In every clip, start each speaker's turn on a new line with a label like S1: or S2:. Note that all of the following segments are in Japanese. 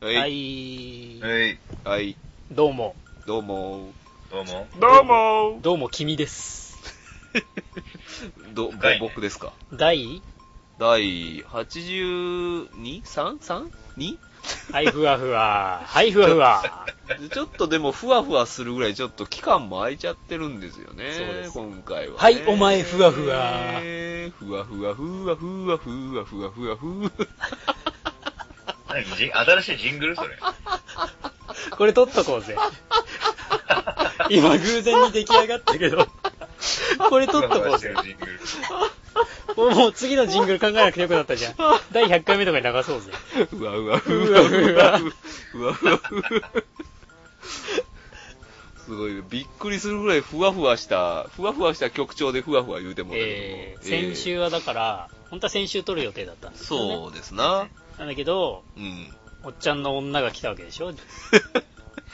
S1: は。
S2: はいい。
S3: はい。
S1: はい。
S2: どうも。
S1: どうも。
S3: どうも。
S1: どうも
S2: どうも、君です。
S1: ど、ぼ
S3: 深いね
S1: 僕ですか。
S2: 第
S1: 第 82?3?3?2?
S2: はい、ふわふわ。はい、ふわふわ。
S1: ちょっとでもふわふわするぐらいちょっと期間も空いちゃってるんですよね。
S2: そうです
S1: 今回は、ね。
S2: はいお前ふわふわ
S1: えーふわふわふわふわふわふわふわふわ。
S3: 何ジン新しいジングルそれ。
S2: これ撮っとこうぜ。今、偶然に出来上がったけど、これ撮っとこうぜ
S3: 新。しいジングル。
S2: もうもう次のジングル考えなくてよくなったじゃん。第100回目とかに流そうぜ。
S1: ふわふわふわふわふわふわふわ。すごいね。びっくりするぐらいふわふわした、ふわふわした曲調でふわふわ言うてもら
S2: えー、先週はだから、本当は先週撮る予定だったんですよ、ね。
S1: そうですな。
S2: なんだけど、
S1: うん。
S2: おっちゃんの女が来たわけでしょ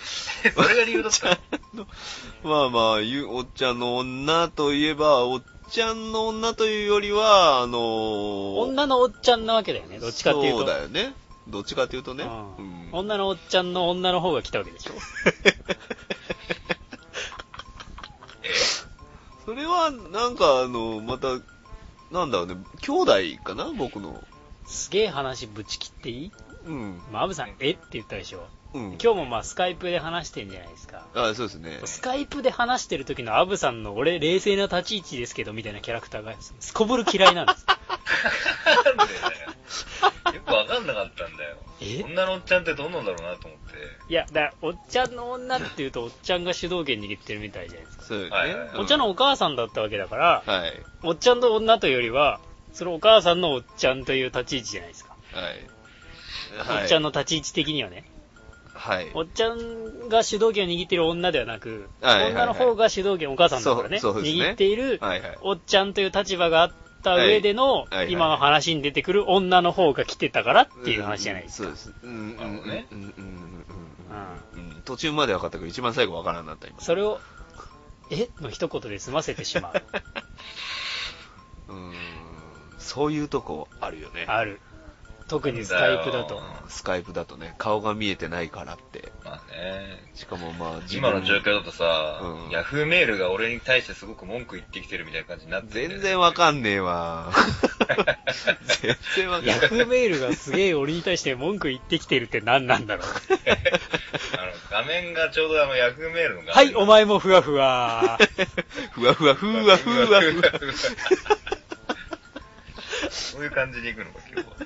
S3: それが理由だったの。
S1: まあまあ、ゆおっちゃんの女といえば、おっちゃんの女というよりは、あのー
S2: 女のおっちゃんなわけだよね、どっちかっていうと。
S1: そうだよね。どっちかっていうとね。
S2: う
S1: うんん
S2: 女のおっちゃんの女の方が来たわけで しょ
S1: それは、なんか、あの、また、なんだろうね、兄弟かな僕の。
S2: すげえ話ぶち切っていい
S1: うん。
S2: マブさん、えって言ったでしょ
S1: うん。
S2: 今日もまあスカイプで話してんじゃないですか。
S1: あ、そうですね。
S2: スカイプで話してる時のアブさんの俺冷静な立ち位置ですけどみたいなキャラクターがすこぶる嫌いなん です。
S3: なんでだよ。よくわかんなかったんだよ。
S2: え
S3: 女のおっちゃんってどんなんだろうなと思って。
S2: いや、だからおっちゃんの女って言うとおっちゃんが主導権握ってるみたいじゃないですか。
S1: そうよね。
S3: はいはいはい
S1: うん
S2: おっちゃんのお母さんだったわけだから、
S1: はい。はい。
S2: おっちゃんの女というよりは、そのお母さんのおっちゃんという立ち位置じゃないですか。
S1: はい。
S2: おっちゃんの立ち位置的にはね。
S1: はい。
S2: おっちゃんが主導権を握っている女ではなく、
S1: はいはいはい
S2: 女の方が主導権、お母さんだからね、
S1: そうそうですね
S2: 握っている
S1: はいはい。
S2: おっちゃんという立場があった上での、
S1: いはいはい
S2: 今の話に出てくる女の方が来てたからっていう話じゃないですか。
S1: うんそうです。うん、う
S3: なる
S1: ん、
S3: ほどね
S1: うん、うん、うんうん。うん途中まで分かったけど、一番最後分からんなった、今。
S2: それを、えの一言で済ませてし まう。
S1: うーん、そういうとこあるよね。
S2: ある。特にスカイプだと。
S1: スカイプだとね、顔が見えてないからって。
S3: まあね。
S1: しかもまあ、自
S3: 今
S1: 分
S3: の状況だとさ、
S1: うん
S3: ヤフーメールが俺に対してすごく文句言ってきてるみたいな感じになってて
S1: 全然わかんねえわ。全然わかん
S2: ヤ
S1: ね
S2: フーメールがすげえ俺に対して文句言ってきてるって何なんだろう。
S3: あの、画面がちょうどあの、ヤフーメールの画面。
S2: はい、お前もふわふわ。
S1: え。ふわふわ、ふわふわ、ふわ。
S3: そういう感じで行くのか、今日は。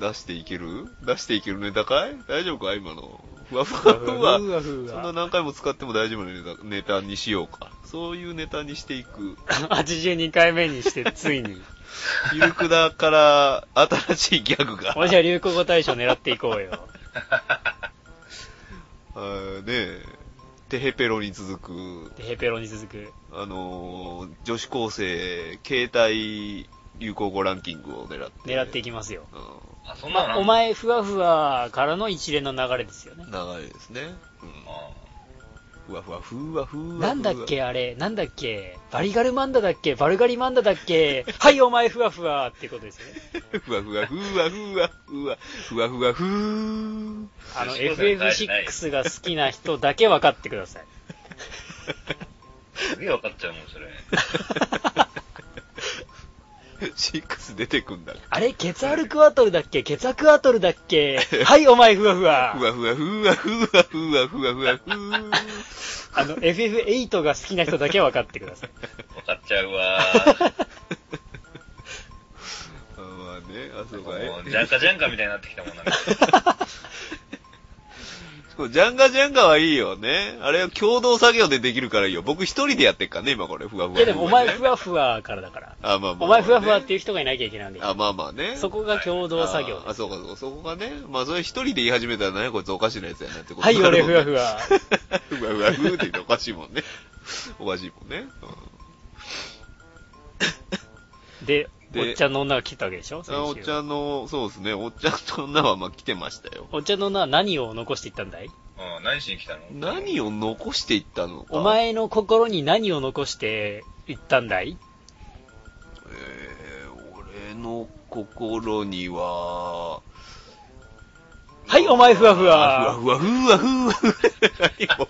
S1: 出していける出していけるネタかい大丈夫か今の。ふわふわ、ふわ。
S2: ふわふ
S1: そんな
S2: わ。
S1: 何回も使っても大丈夫なネタネタにしようか。そういうネタにしていく。
S2: 82回目にして、つ いに。
S1: ミルクダから新しいギャグが。
S2: もしは流行語大賞狙っていこうよ。
S1: あーねえ、テヘペロに続く、
S2: でヘペロに続く。
S1: あのー女子高生携帯流行語ランキングを狙って。
S2: 狙っていきますよ。
S1: う
S3: あ、そんな
S2: ま
S3: のな
S2: あ、
S3: ん
S2: お
S3: だ。
S2: 前ふわふわからの一連の流れですよね。
S1: ん流れですね。う
S3: あ
S1: ん。ふわふわ、ふわふわ。
S2: なんだっけあれ、なんだっけバリガルマンダだっけバルガリマンダだっけはい、お前ふわふわっていうことですよね。
S1: ふわふわ、ふわふわ、ふわ、ふわふわ、ふー。
S2: あの、
S3: そういうことじゃない
S2: FF6 が好きな人だけ分かってください。
S3: すげえ分かっちゃうもん、それ。
S1: シックス出てくんだ。
S2: あれケツアルクアトルだっけケツアクアトルだっ けはい、お前ふわふわ
S1: ふわふわ、ふわふわ、ふわふわ、ふわふー。
S2: あの、FF8 が好きな人だけ分かってください。
S3: 分かっちゃうわ
S1: あまあね、あそ
S3: ー。
S1: こ
S3: も
S1: はね
S3: う、ジャンカジャンカみたいになってき たもんなんか。
S1: そうジャンガジャンガはいいよね。あれは共同作業でできるからいいよ。僕一人でやってっからね、今これ、ふわふわ、
S2: いやでも、お前ふ
S1: わ。
S2: わふわからだから。
S1: あ、まあまあ、
S2: お前ふわふわっ
S1: ね
S2: ていう人がいなきゃいけないんで。
S1: あ、まあまあね。
S2: そこが共同作業
S1: あ。あ、そうかそうか、そこがね。まあそれ一人で言い始めたらね、こいつおかしなやつやなってこと
S2: はい、俺ふわふ
S1: わ。
S2: わ。
S1: ふわふわふーって言っておかしいも んね。おかしいもんね。うん
S2: で、
S1: で
S2: おっちゃんの女が来たわけでしょ先週
S1: あおっちゃんの、そうですね、おっちゃんと女はまあ来てましたよ。
S2: おっちゃんの女は何を残していったんだい
S3: うん、何しに来たの
S1: 何を残していったのか。
S2: お前の心に何を残していったんだい
S1: えー俺の心には、
S2: はい、お前ふわふわ。
S1: ふわふわふわふわ。何こ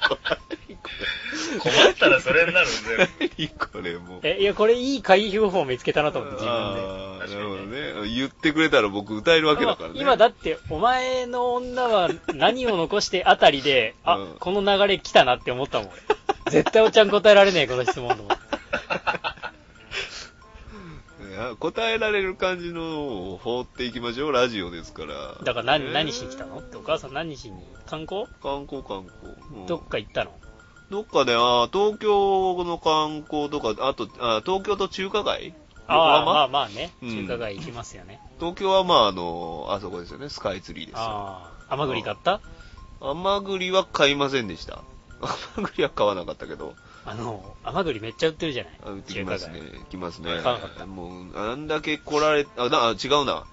S3: 困ったらそれになるんで、
S1: れ何これもう。
S2: え、いや、これいい回避方法見つけたなと思って、自分で。
S1: あーなるほどね。言ってくれたら僕歌えるわけだからね。
S2: 今だって、お前の女は何を残してあたりで、あ、
S1: うん
S2: この流れ来たなって思ったもん。絶対おっちゃん答えられねえ、この質 問と思って。
S1: いや答えられる感じのを放っていきましょう、ラジオですから。
S2: だから何、
S1: えー
S2: 何しに来たのって、お母さん何しに観光
S1: 観光観光。うん
S2: どっか行ったの
S1: どっかで、あー東京の観光とか、あと、あー東京と中華街
S2: ああ、ま
S1: ま
S2: あまあね。
S1: うん
S2: 中華街行きますよね。
S1: 東京はまああの、あそこですよね、スカイツリーですよ。
S2: ああ、甘栗買った
S1: 甘栗は買いませんでした。 甘栗は買わなかったけど、
S2: あの、甘栗めっちゃ売ってるじゃない
S1: あ売ってき
S2: 中華
S1: ますね
S2: 街。。
S1: 来ますね。
S2: 買わなかった
S1: もう、あんだけ来られ、あ、なあ違うな。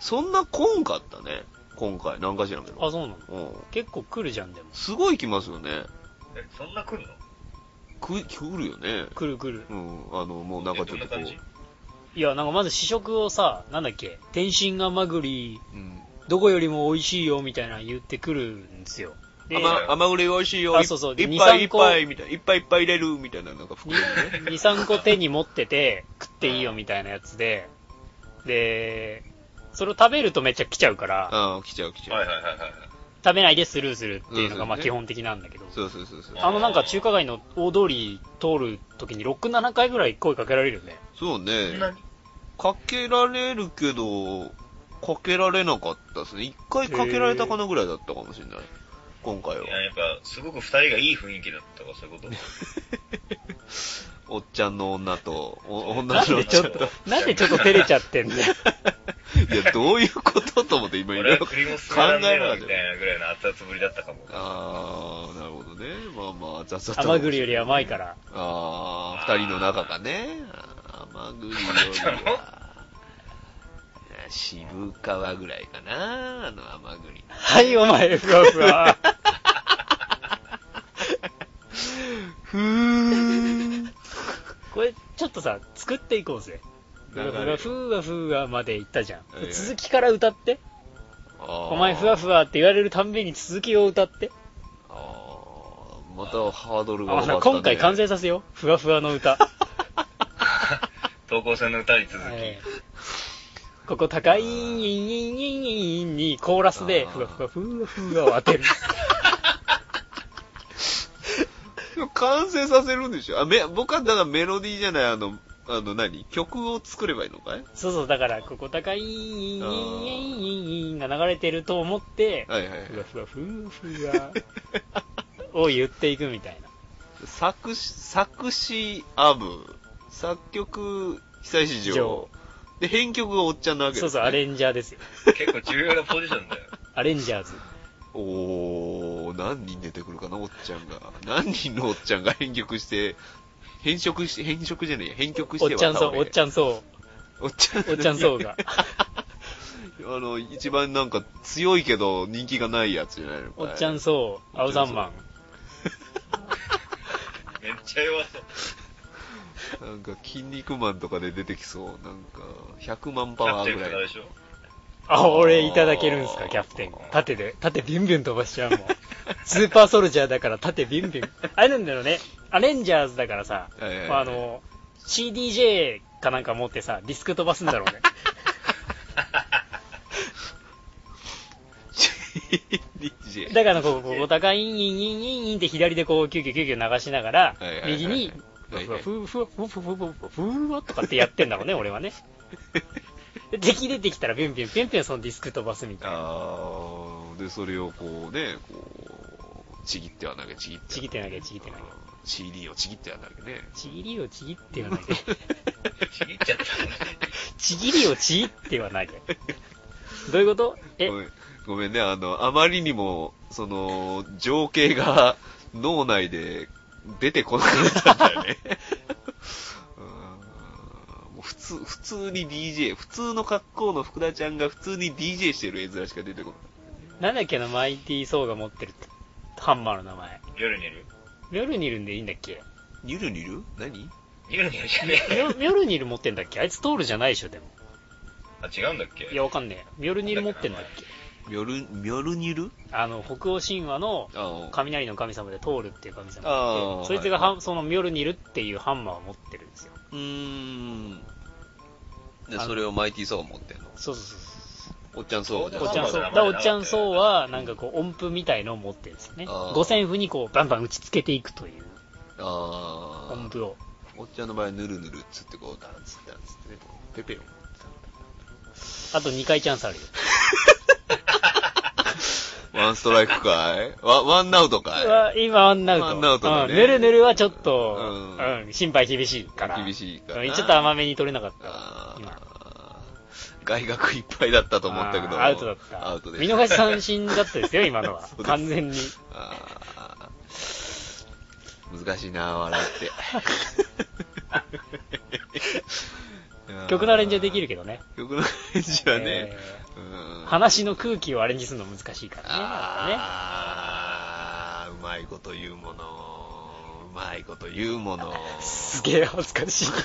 S1: そんな来んかったね。今回、何かしらんけど。
S2: あ、そうなの
S1: うん。
S2: 結構来るじゃん、でも。
S1: すごい来ますよね。
S3: えそんな来んの
S1: く、来るよね。
S2: 来る来る。
S1: うん。あの、もうなんかちょっとこ
S3: えどんな感じ
S1: う。
S2: いや、なんかまず試食をさ、なんだっけ、天津甘栗、
S1: うん。
S2: どこよりも美味しいよ、みたいなの言ってくるんですよ。で、
S1: 甘甘栗美味しいよ。
S2: あそうそう
S1: いっ
S2: 二
S1: ぱいい
S2: 三
S1: っ
S2: 個
S1: ぱいみたいな。いっぱいいっぱい入れるみたいな、なんか袋にね。
S2: 2、3個手に持ってて、食っていいよ、みたいなやつで、で、それを食べるとめっちゃ来ちゃうから、
S1: ああ、来ちゃう来ちゃう。
S3: はいはいはいはい。
S2: 食べないでスルーするっていうのがまあ
S1: うん
S2: 基本的なんだけど、
S1: そうそうそうそう。
S2: あのなんか中華街の大通り通るときに6、7回ぐらい声かけられるよね。
S1: そう
S3: そ
S1: ね
S3: ん。なに。
S1: かけられるけど、かけられなかったですね。一回かけられたかなぐらいだったかもしれない。今回はい
S3: や、やっぱ、すごく二人がいい雰囲気だったとか、そういうこと。
S1: おっちゃんの女と、お
S2: な
S1: 女
S2: ん
S1: のお
S2: で
S1: っ
S2: ち
S1: ち
S2: ょ
S1: ゃ
S2: っ
S1: ん
S2: と
S1: と。、
S2: なんでちょっと照れちゃってんだよ。
S1: いや、どういうことと思って今いろ
S3: 俺
S1: い
S3: は
S1: ろ考
S3: 栗も進めら
S1: え
S3: んね
S1: な
S3: え
S1: が
S3: わ
S1: ら
S3: みたいなぐらいの熱々ぶりだったかも。
S1: あー、なるほどね。まあまあ、雑々
S2: 甘栗より甘いから。
S1: あー、二人の仲がね。甘栗よりは、渋川ぐらいかな、あの甘栗。
S2: はい、お前、ふわふわ。
S1: ふー。
S2: これ、ちょっとさ、作っていこうぜ。ふわふわ、ふわふわまで行ったじゃん
S1: え。え
S2: 続きから歌って。お
S1: お
S2: 前、ふわふわって言われるたんびに続きを歌って。
S1: あーまたハードルが
S2: あ
S1: 上が
S2: の
S1: った、ね。
S2: 今回完成させよう。ふわふわの 歌。
S3: 投稿戦の歌に続き。
S2: ええここ高いににコーラスで、
S1: あー
S2: ふわふわふわふわを当 てる。
S1: 完成させるんでしょあめ僕はだからメロディーじゃない、あの、あの何曲を作ればいいのかい
S2: そうそう、だから、ここ高いが流れてると思って、
S1: はいはいはい
S2: ふわふわふわふわ を言っていくみたいな。
S1: 作詞、作詞アブ、作曲、久石
S2: 城
S1: 城。で、編曲がおっちゃんなわけです、
S2: そうそ
S1: ね。
S2: う、アレンジャーですよ。
S3: 結構重要なポジションだよ。
S2: アレンジャーズ。
S1: おー、何人出てくるかな、おっちゃんが。何人のおっちゃんが編曲して、編色して、編色じゃねえや、編曲
S2: お
S1: し
S2: ってちゃんそう、おっちゃ
S1: ん。
S2: んそ
S1: おっちゃん。
S2: う、おっちゃんそう が。
S1: あの、一番なんか強いけど人気がないやつじゃないのか
S2: お
S1: い
S2: っちゃんそう、青三番。
S3: めっちゃ弱そう。
S1: なんか、筋肉マンとかで出てきそう。なんか、100万
S3: キ
S1: パ
S3: ャプ
S1: ワ
S3: テ
S1: ー
S3: ン
S1: ぐ
S3: かららで
S1: い。
S3: しょ。
S2: あ、俺いただけるんすか、キャプテン。縦で、縦ビュンビュン飛ばしちゃうもん。スーパーソルジャーだから縦ビュンビュン。あれなんだろうね、アレンジャーズだからさ、
S1: はいはいはい
S2: まああの、CDJ かなんか持ってさ、ディスク飛ばすんだろうね。
S1: DJ。
S2: だからこう、こう、高いインインインインインって左でこう、キュキュキュキュ流しながら
S1: はいはい、はい
S2: 右に、ふ
S1: はい
S2: わ
S1: はい
S2: ふわふわふわふわふわふわふわとかってやってんだろうね、俺はね。で敵出てきたら、ビュンビュンビュンビュンそのディスク飛ばすみたいな。
S1: あー、で、それをこうね、こう、ちぎっては投げ、ちぎっては投げ。
S2: ちぎって投げちぎって投げ
S1: うん CD をちぎっては投げね。
S2: ちぎりをちぎってはないで。
S3: ちぎっちゃった。
S2: ちぎりをちぎってはないで。どういうことえ
S1: ご、めんごめんね、あの、あまりにも、その、情景が脳内で出てこなくなったんだよね。 うーんもう普通、普通に DJ、普通の格好の福田ちゃんが普通に DJ してる絵面しか出てこ
S2: なんだっけな、マイティー・ソーが持ってるハンマーの名前。
S3: 夜にいる
S2: ミョルニルンでいいんだっけ
S1: ない。ニュルニュル何
S3: 夜にいるじゃね
S2: ミ
S3: えよ
S2: ョミョルニル持ってんだっけあいつトールじゃないでしょ、でも。
S3: あ、違うんだっけ
S2: いや、わかんねえ。ミョルニル持ってんだっけ
S1: ミョル、ミョルニル
S2: あの、北欧神話の
S1: ああ。
S2: 雷の神様で通るっていう神様がい
S1: あー
S2: て、そいつがは
S1: はい
S2: そのミョルニルっていうハンマーを持ってるんですよ。
S1: うーん。で、
S2: あの
S1: それをマイティーソー持ってんの。
S2: そうそうそうそう。
S1: おっちゃんそう
S2: おっちゃんそう。だから
S3: ハンマー
S2: お
S3: じゃなかったよね
S2: っちゃんそうは、なんかこう、音符みたいのを持ってるんですよね。
S1: あー
S2: 五線譜にこう、バンバン打ち付けていくという
S1: あ
S2: 音
S1: あ。
S2: 符を。
S1: おっちゃんの場合はぬるぬるっつってこう、ダンスダンスってね、こうペペを。
S2: あと2回チャンスあるよ。
S1: ワンストライクかいワワンアウトかい
S2: は今、ワンアウト。
S1: ワンアウトだね
S2: うんぬるぬるはちょっと、
S1: う
S2: うんん、心配厳しいから。
S1: 厳しいから
S2: うん
S1: な。
S2: ちょっと甘めに取れなかった。今
S1: あー外角いっぱいだったと思ったけど。
S2: あーアウトだった。
S1: アウトで
S2: 見
S1: した
S2: 逃し三振だったですよ、今のは
S1: そうで。す
S2: 完全に。
S1: あー難しいな、笑って。
S2: 曲のアレンジはできるけどね。
S1: ど。 曲のアレンジはね。
S2: え
S1: うん
S2: ー話の空気をアレンジするの難しいからね。なんかね
S1: ああ、うまいこと言うもの。うまいこと言うもの。
S2: すげえ恥ずかしい。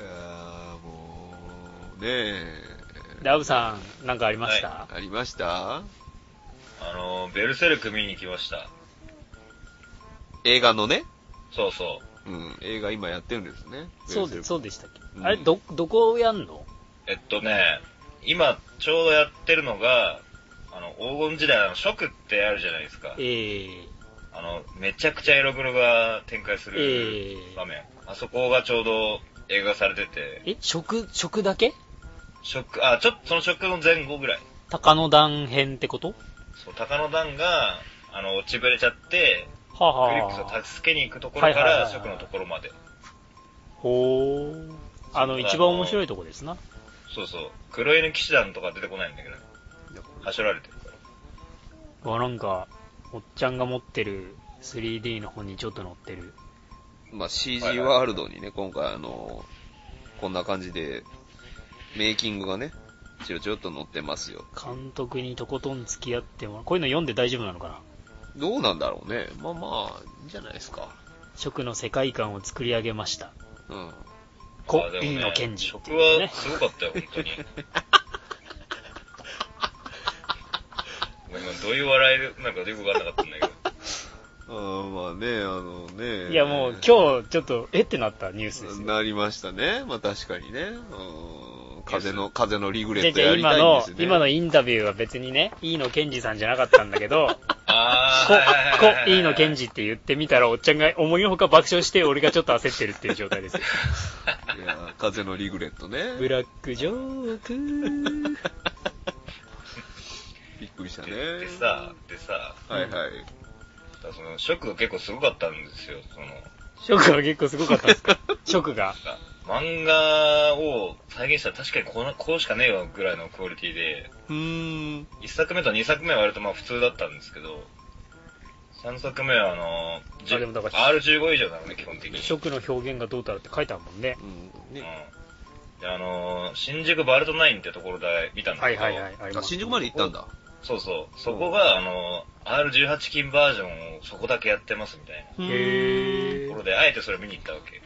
S1: あーもう、ねえ。
S2: ラブさん、なんかありました、
S1: ありました
S3: あのー、ベルセルク見に来ました。
S1: 映画のね。
S3: そうそ
S1: うん、映画今やってるんですね。
S2: そうで、
S1: う。
S2: そうでしたっけ、
S1: うん
S2: あれ、ど、どこをやんの
S3: う。えっとね、今、ちょうどやってるのが、あの、黄金時代の食ってあるじゃないですか。
S2: ええ
S3: あの、めちゃくちゃエログロが展開する
S2: ええ
S3: 場面。あそこがちょうど映画されてて、
S2: え、食、食だけ
S3: 食、あ、ちょっとその食の前後ぐらい。
S2: 鷹の段編ってこと
S3: そう、鷹の段が、あの、落ちぶれちゃって、
S2: はあ
S3: クリックス
S2: はあ
S3: を助けに行くところか
S2: はいはい
S3: ら、
S2: はいはい
S3: 食のところまで。
S2: ほう。あの、
S3: そう
S2: 一番面白いとこですな。
S3: そうそう。黒犬騎士団とか出てこないんだけど、はしょられてるから。
S2: わ、なんか、おっちゃんが持ってる 3D の本にちょっと載ってる。
S1: まあ、CG ワールドにね、今回あの、こんな感じで、メイキングがね、ちょちょっと載ってますよ。
S2: 監督にとことん付き合ってもらう。こういうの読んで大丈夫なのかな
S1: どうなんだろうね。まあまあ、いいんじゃないですか。
S2: 食の世界観を作り上げました。
S1: うん。
S2: コ
S3: あでも
S2: リン
S3: ね
S2: の賢治って
S3: 食
S2: いう
S3: は
S2: ね。
S3: すごかったよ、本当に。ごめん今どういう笑いなんかよくわかんなかった んだけど。
S1: あーまあね、あのね。
S2: いやもう今日ちょっと、えってなったニュースですよ。
S1: なりましたね。まあ確かにね。うん。風の、風のリグレ
S2: じゃあ
S1: ット
S2: じゃあ
S1: やり
S2: 今
S1: たいんで
S2: の
S1: す、ね。
S2: 今のインタビューは別にね、飯野健二さんじゃなかったんだけ ど、
S3: あ
S2: こ、こ、
S3: ー、
S2: 飯野健二って言ってみたら、おっちゃんが思いのほか爆笑して、俺がちょっと焦ってるっていう状態 ですよ。
S1: いや、風のリグレットね。
S2: ブラックジョーク。
S1: びっくりしたね。
S3: ででさ、でさ、
S1: はいはい。
S3: だからその、ショックが結構すごかったんですよ。その、
S2: ショックが結構すごかったんですかショックが。
S3: 漫画を再現したら確かにこのこうしかねえよぐらいのクオリティで、
S1: うーん。
S3: 1作目と2作目は割とまあ普通だったんですけど、3作目はあの、じ
S2: あでもだから
S3: R15 以上なのね、基本的に。
S2: ショックの表現がどうたらって書いてあるもんね。
S1: うん。
S3: う
S1: ね。
S3: ん。で、あのー新宿バルトナインってところで見たんだ
S2: は
S3: け
S2: い
S3: ど、
S2: はいはい。あり
S1: あ、
S2: ま
S1: 新
S2: す。
S1: 宿まで行ったんだ。
S3: そうそう。そこが、あのー R18 金バージョンをそこだけやってますみたいな
S2: へ
S3: ところ
S2: ー。
S3: で、あえてそれ見に行ったわけ。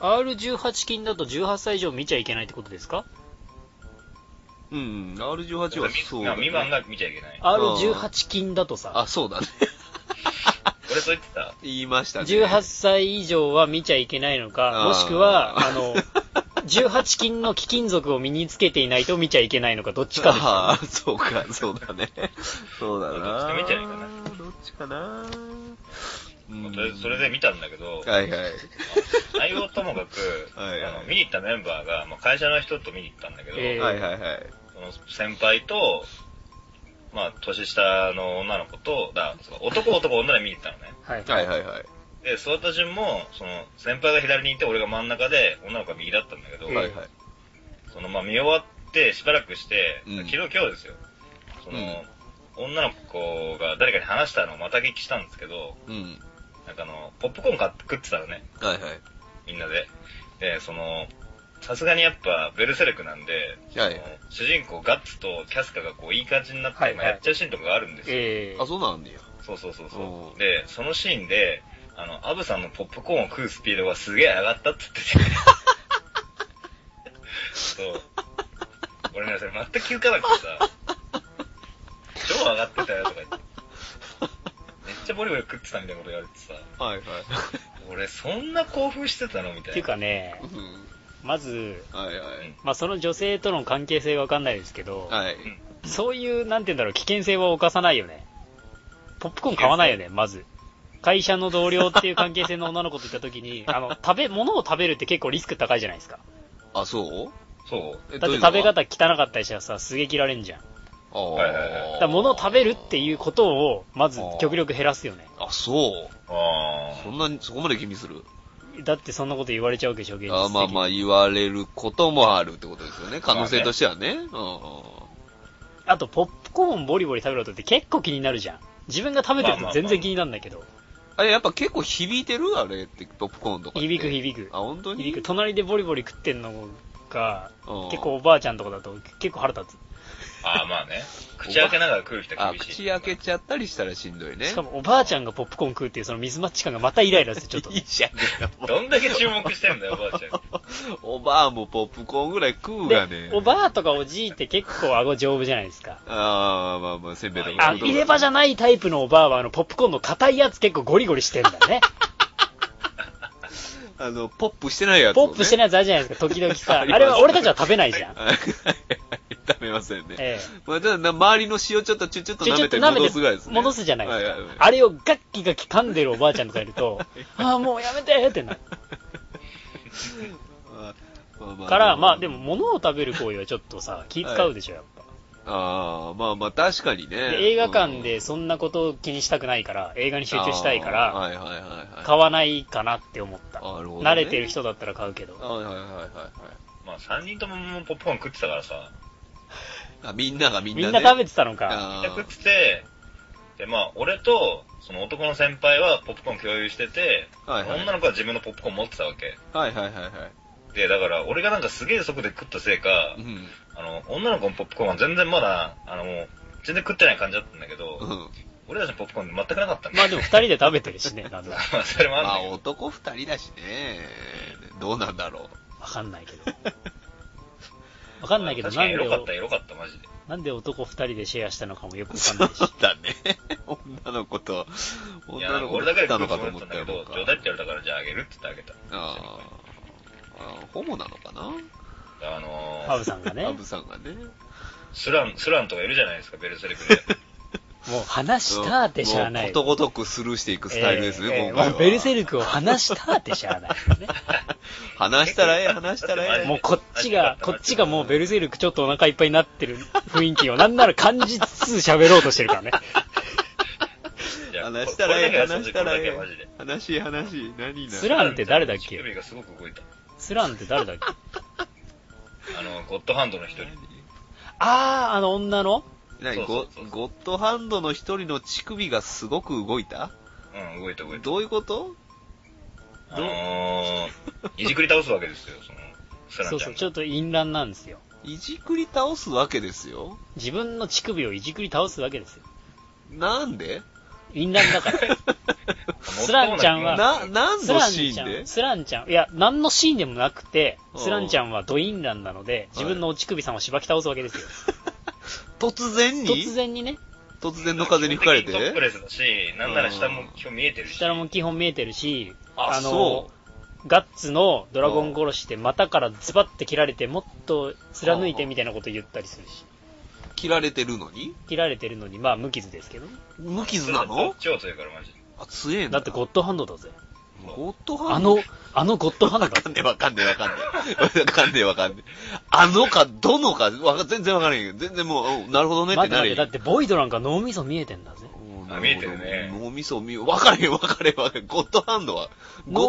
S2: R18 禁だと18歳以上見ちゃいけないってことですか
S1: うん、R18 はそうだ、ね。
S3: 未満が見ちゃいけない。
S2: ?R18 禁だとさ、
S1: あ、そうだね。
S3: 俺そう言ってた。
S1: 言いましたね。
S2: 18歳以上は見ちゃいけないの
S1: あー
S2: か、もしくは、あ の、18金の貴金属を身につけていないと見ちゃいけないのか、どっちかです。
S1: ああ、そうか、そうだね。そうだな。
S3: どっちか見ちゃいかな
S1: どっちかな。うん
S3: とりあえずそれで見たんだけど、
S1: はいはい。
S3: 内容ともかく
S1: はいはい
S3: あの、見に行ったメンバーが、まあ、会社の人と見に行ったんだけど、
S2: えー
S1: はいはいはい。
S3: その先輩と、まあ、年下の女の子と、だそうか男男女で見に行ったのね。
S2: はい
S1: はいはいはい。
S3: で、座った順も、その、先輩が左にいて、俺が真ん中で、女の子が右だったんだけど、
S2: ええ
S1: はいはい。
S3: その、まあ、見終わって、しばらくして、
S1: うん
S3: 昨日今日ですよ。その、女の子が誰かに話したのをまた聞きしたんですけど、
S1: うん。
S3: なんかあの、ポップコーン買って食ってたのね、
S1: はいはい。
S3: みんなで。で、その、さすがにやっぱ、ベルセルクなんで、
S1: はい
S3: その主人公ガッツとキャスカがこう、いい感じになって、
S2: はいはい
S3: まあやっちゃうシーンとかがあるんですよ。
S2: えー
S1: あ、そうなんねや。
S3: そうそうそう
S1: う
S3: そ
S1: ん
S3: う。で、そのシーンで、あの、アブさんのポップコーンを食うスピー ドがすげえ上がったって言ってて。そう。俺ね、それ全く気づかなくてさ、超上がってたよとか言って、めっちゃボリボリ食ってたみたいなこと言われてさ、
S1: はいはい。
S3: 俺そんな興奮してたのみたいな。
S2: っていうかね
S1: う、ん
S2: まず、
S1: はいはい。
S2: まあ、その女性との関係性がわかんないですけど、
S1: はい。
S2: そういう、なんて言うんだろう、危険性は犯さないよね。ポップコーン買わないよね、まず。会社の同僚っていう関係性の女の子といたとき に、あの、食べ、物を食べるって結構リスク高いじゃないですか。
S1: あ、そう
S3: そう。
S1: え
S2: だって食べ方汚かったりしたらさ、すげえ切られんじゃん。だ
S1: ああ
S3: はいはいはいだ
S2: から物を食べるって
S1: う。
S2: いうことを、まず極力減らすよね。
S1: あ、そう。
S3: あ
S1: そんなに、そこまで気にする
S2: だってそんなこと言われちゃうわけでしょ、現実的に
S1: あまあまあ、言われることもあるってことですよね。可能性としてはね。うん
S2: あと、ポップコーンボリボリ食べる音って結構気になるじゃん。自分が食べてると全然気になるんだけど。
S1: あれ、やっぱ結構響いてるあれって、ポップコーンとかって。
S2: 響く響く
S1: あ、。本当に
S2: 響く。隣でボリボリ食ってんのが、
S1: うん
S2: 結構おばあちゃんとかだと結構腹立
S3: あ。ああ、まあね。口開けながら食う人は
S1: あ、
S3: 厳しい。
S1: 口開けちゃったりしたらしんどいね。
S2: つ。しかもおばあちゃんがポップコーン食うっていうそのミスマッチ感がまたイライラしてちょっと
S1: い。いじゃねえかもう
S3: どんだけ注目してんだよ、おばあちゃん。
S1: おばあもポップコーンぐらい食うがね
S2: で。おばあとかおじいって結構顎丈夫じゃないですか。
S1: ああ、まあまあ、せんべいとか
S2: あ、
S1: 食うとこ
S2: 入れ歯じゃないタイプのおばあはあのポップコーンの硬いやつ結構ゴリゴリしてんだよね。
S1: あの、ポップしてないやつ、ね。
S2: ポップしてないやつあるじゃないですか、時々さ。
S1: あ
S2: あ
S1: ります
S2: れは俺たちは食べないじゃん。
S1: はい。 食べませんね。
S2: ええ
S1: まあ、ただな、周りの塩ちょっとちょちょっと
S2: ちょ、
S1: 舐
S2: ちょ
S1: め
S2: っと
S1: て
S2: 舐め
S1: 戻
S2: て
S1: すぐらいですね。
S2: 戻すじゃないです
S1: ははは
S2: か。あれをガッキガキ噛んでるおばあちゃんとかいると、ああ、もうやめてってなる。
S1: あまあまあ
S2: から、まあでも、物を食べる行為はちょっとさ、気使うでしょ、やっぱ。
S1: ああ、まあまあ、確かにね。
S2: で映画
S1: う
S2: 館
S1: ん
S2: でそんなことを気にしたくないから、映画に集中したいか
S1: あー
S2: ら、
S1: はいはいはいはい。
S2: 買わないかなって思った。
S1: なるほどね
S2: 慣れてる人だったら買うけど。
S1: はいはいはいはいはい。
S3: まあ3人とももうポップコーン食ってたからさ、
S1: あ、みんながみん
S2: み
S1: な、ね。
S2: んな食べてたのか。
S1: あ
S3: 食ってて、で、まあ俺と、その男の先輩はポップコーン共有してて、
S1: はいはい
S3: 女の子は自分のポップコーン持ってたわけ。
S1: あ。はいはいはいはい。
S3: で、だから俺がなんかすげえ速で食ったせいか
S1: う、ん。
S3: あの、女の子のポップコーンは全然まだ、あのもう、全然食ってない感じだったんだけ
S1: う
S3: ど、
S1: ん。
S3: 俺たちのポップコーン全くなかったんだ
S2: まあ
S3: よ。
S2: でも二人で食べてるしね、 なんだ。
S3: まあそれもあるん
S1: ま
S3: だ
S1: あ、
S3: けど。
S1: 男二人だしね。どうなんだろう。
S2: わかんないけど。わかんないけど、
S3: 確
S2: な
S3: か
S2: ん
S3: にエ
S2: で
S3: ロかった、
S2: お、
S3: エロかった、マジで。
S2: なんで男二人でシェアしたのかもよくわかん
S1: そ
S2: な
S1: う
S2: いし。
S1: だね。女の子と、
S3: いや、
S1: 女の
S3: なんか
S1: 子
S3: 俺だけ
S1: だ
S3: で
S1: った
S3: 食う
S1: のか
S3: つも
S1: と
S3: りだ
S1: 思
S3: っ
S1: った
S3: ん
S1: たよ、僕
S3: だけど、冗
S1: は
S3: 談って言われたから、じゃああげるって言ってあげた。
S1: あーあー、ホモなのかな
S3: あの
S2: ハ
S3: ー
S2: ブさんがね
S1: ア。ブさんがね。
S3: スラン、スランとかいるじゃないですか、ベルセ ルクで。
S2: もう話したってしゃあな
S1: もう
S2: い。
S1: ことごとくスルーしていくスタイルです
S2: ええ
S1: ね、
S2: ええ
S1: 今回
S2: も
S1: は。
S2: うベルセルクを話したってしゃあないよね。
S1: 話したらええ、話したらええ。
S2: もうこっちが、こっちがもうベルセルクちょっとお腹いっぱいになってる雰囲気をなんなら感じつつ喋ろうとしてるからね。
S3: いや
S1: 話したらええ、
S3: これ
S1: 話し
S3: だけは
S1: たらえ
S3: これだけ
S1: え
S3: はマジで。。
S1: 話、話、何な
S2: スランって誰だっ
S3: 乳
S2: け
S3: 首がすごく動いた。
S2: スランって誰だっ け
S3: あの、ゴッドハンドの一人。
S2: あー、あの女の
S1: 何
S3: そ
S1: ゴ
S3: うそうそう
S1: ゴッドハンドの一人の乳首がすごく動いた
S3: うん、動いた動いた。
S1: どういうこと
S3: あのー、いじくり倒すわけですよ、その、スラ
S2: そ
S3: ン
S2: う
S3: ちゃ
S2: そうん
S3: が。
S2: ちょっと淫乱なんですよ。
S1: いじくり倒すわけですよ。
S2: 自分の乳首をいじくり倒すわけですよ。
S1: なんで
S2: 淫乱だから。スランちゃんは
S1: な、 何
S2: スラ
S1: の
S2: ン
S1: シ
S2: ち
S1: ー
S2: ゃ
S1: ンで
S2: ん、スランちゃん、いや、何のシーンでもなくて、
S1: うん
S2: スランちゃんはドインランなので、自分のお乳首さんをしばき倒すわけですよ。
S1: 突然に
S2: 突然にね、
S1: 突然の風に吹かれて
S3: 基本的にトップレスだし、なんなら下も今日見えてるし。
S2: 下も基本見えてるし、
S1: あ
S2: の、
S1: そ
S2: ガッツのドラゴン殺しで股からズバッて切られて、もっと貫いてみたいなこと言ったりするし、
S1: 切られてるのに
S2: 切られてるのに、まあ無傷ですけどね。
S1: 無傷
S3: ス
S1: な
S3: ランちゃん
S1: の
S3: 超強いから、マジで。
S1: あ、強えん
S2: だ
S1: だ。
S2: ってゴッドハンドだぜ。
S1: ゴッドハ
S2: あ
S1: ンド
S2: の、あのゴッドハンド
S1: わ
S2: だ
S1: かん
S2: ぜ。
S1: ねえわかんねえわかんねえ。わかんねえわかんねえ。あのか、どのか、わか全然わかんないけど、全然もううん、なるほどねっ
S2: 待ってて待
S1: な
S2: っ
S1: る
S2: て、
S1: よ
S2: だってボイドなんか脳みそ見えてんだぜ。
S1: うん
S3: あ見えてるね
S1: 脳みそ見え、わかれへんわかれへんわかれへん。ゴッドハンドは、ゴ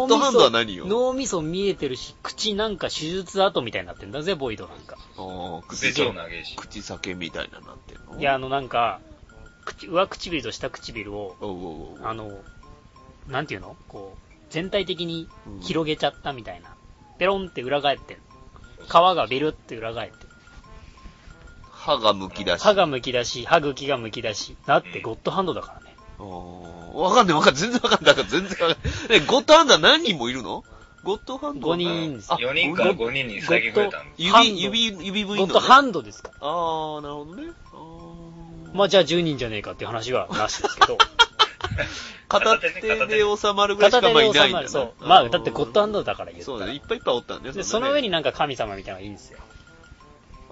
S2: 脳
S1: ッ
S2: み
S1: ド
S2: そ
S1: ハンドは何よ
S2: 脳みそ見えてるし、口なんか手術跡みたいになってんだぜ、ボイドなんか。
S1: あー
S3: 口
S1: 口
S3: 上
S1: と
S3: 長いし。
S1: 口酒みたいななってんの
S2: いや、あ、のなんか、口上唇と下唇を、
S1: おうおうおう
S2: あの、なんていうのこう、全体的に広げちゃったみたいな。ペロンって裏返ってる。皮がビルって裏返ってる。
S1: 歯がむき出し。
S2: 歯がむき出し、歯茎がむき出し。だってゴッドハンドだからね。
S1: あーわかんないわかんない。全然わかんない。全然わかんない。え、ゴッドハンドは何人もいるのゴッドハンド
S2: 5人です
S1: あ
S3: 4人から5人に下げ増えたんです。
S2: ハンド
S1: 指、指、指部
S2: ゴ
S1: 員の、
S2: ッドハンドですか。
S1: あー、なるほどね。あー
S2: まあじゃあ10人じゃねえかっていう話はなしです けど。
S1: 片
S3: 片
S1: 手
S3: 手ね
S1: で収まるぐらいしかまあいないんだな
S2: そう。
S1: ー
S2: まあだってゴッドハンドだから言った
S1: そうだ
S2: ら
S1: ね、いっぱいいっぱいおったんだよ。
S2: で、
S1: そ
S2: そ
S1: んなね
S2: の上になんか神様みたいなのがいいんですよ。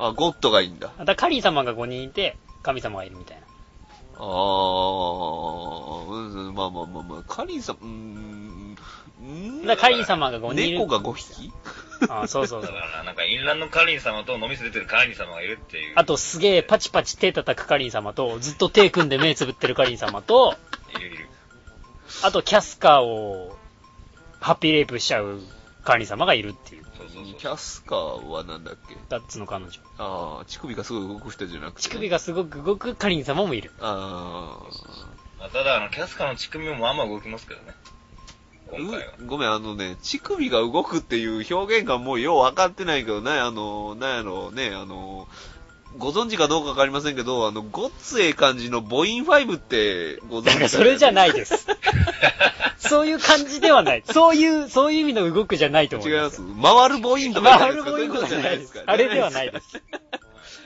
S1: あ、ゴッドがいいんだ。
S2: だからカリー様が5人いて、神様がいるみたいな。
S1: あー、うんまあまあまあまあ、カリンさん、うーん、うーん
S2: だからカリー様が5人いる。
S1: 猫が5匹
S2: あそうそう
S3: だ
S2: そ
S3: か
S2: う。
S3: ら、なんか、インランのカリン様と、脳みそ出てるカリン様がいるっていう。
S2: あとすげえパチパチ手叩くカリン様と、ずっと手組んで目つぶってるカリン様と、
S3: いるいる。
S2: あとキャスカーをハッピーレイプしちゃうカリン様がいるっていう。
S3: そうそう
S1: キ
S3: そう。
S1: ャスカーはなんだっけ
S2: ダッツの彼女。
S1: あー、乳首がすごい動く人じゃなくて。
S2: 乳首。がすごく動くカリン様もいる。
S1: あ
S3: まあ、ただ、あの、キャスカの乳首もまあまあ動きますけどね。今回は。
S1: ーうごめん、あのね、乳首が動くっていう表現がもうよう分かってないけどね、あの、なんやろうね、あの、ご存知かどうかわかりませんけど、あの、ごっつええ感じの母音ファイブってご存知
S2: だからそれじゃ
S1: い
S2: ない です。そういう感じではない。そういう、そういう意味の動くじゃないと思い
S1: 違い
S2: ま。
S1: ますす。回る母音とかじゃない
S2: 回
S1: です
S2: る
S1: か。
S2: ボインとかじゃないです
S1: そううこと。
S2: あれではないです。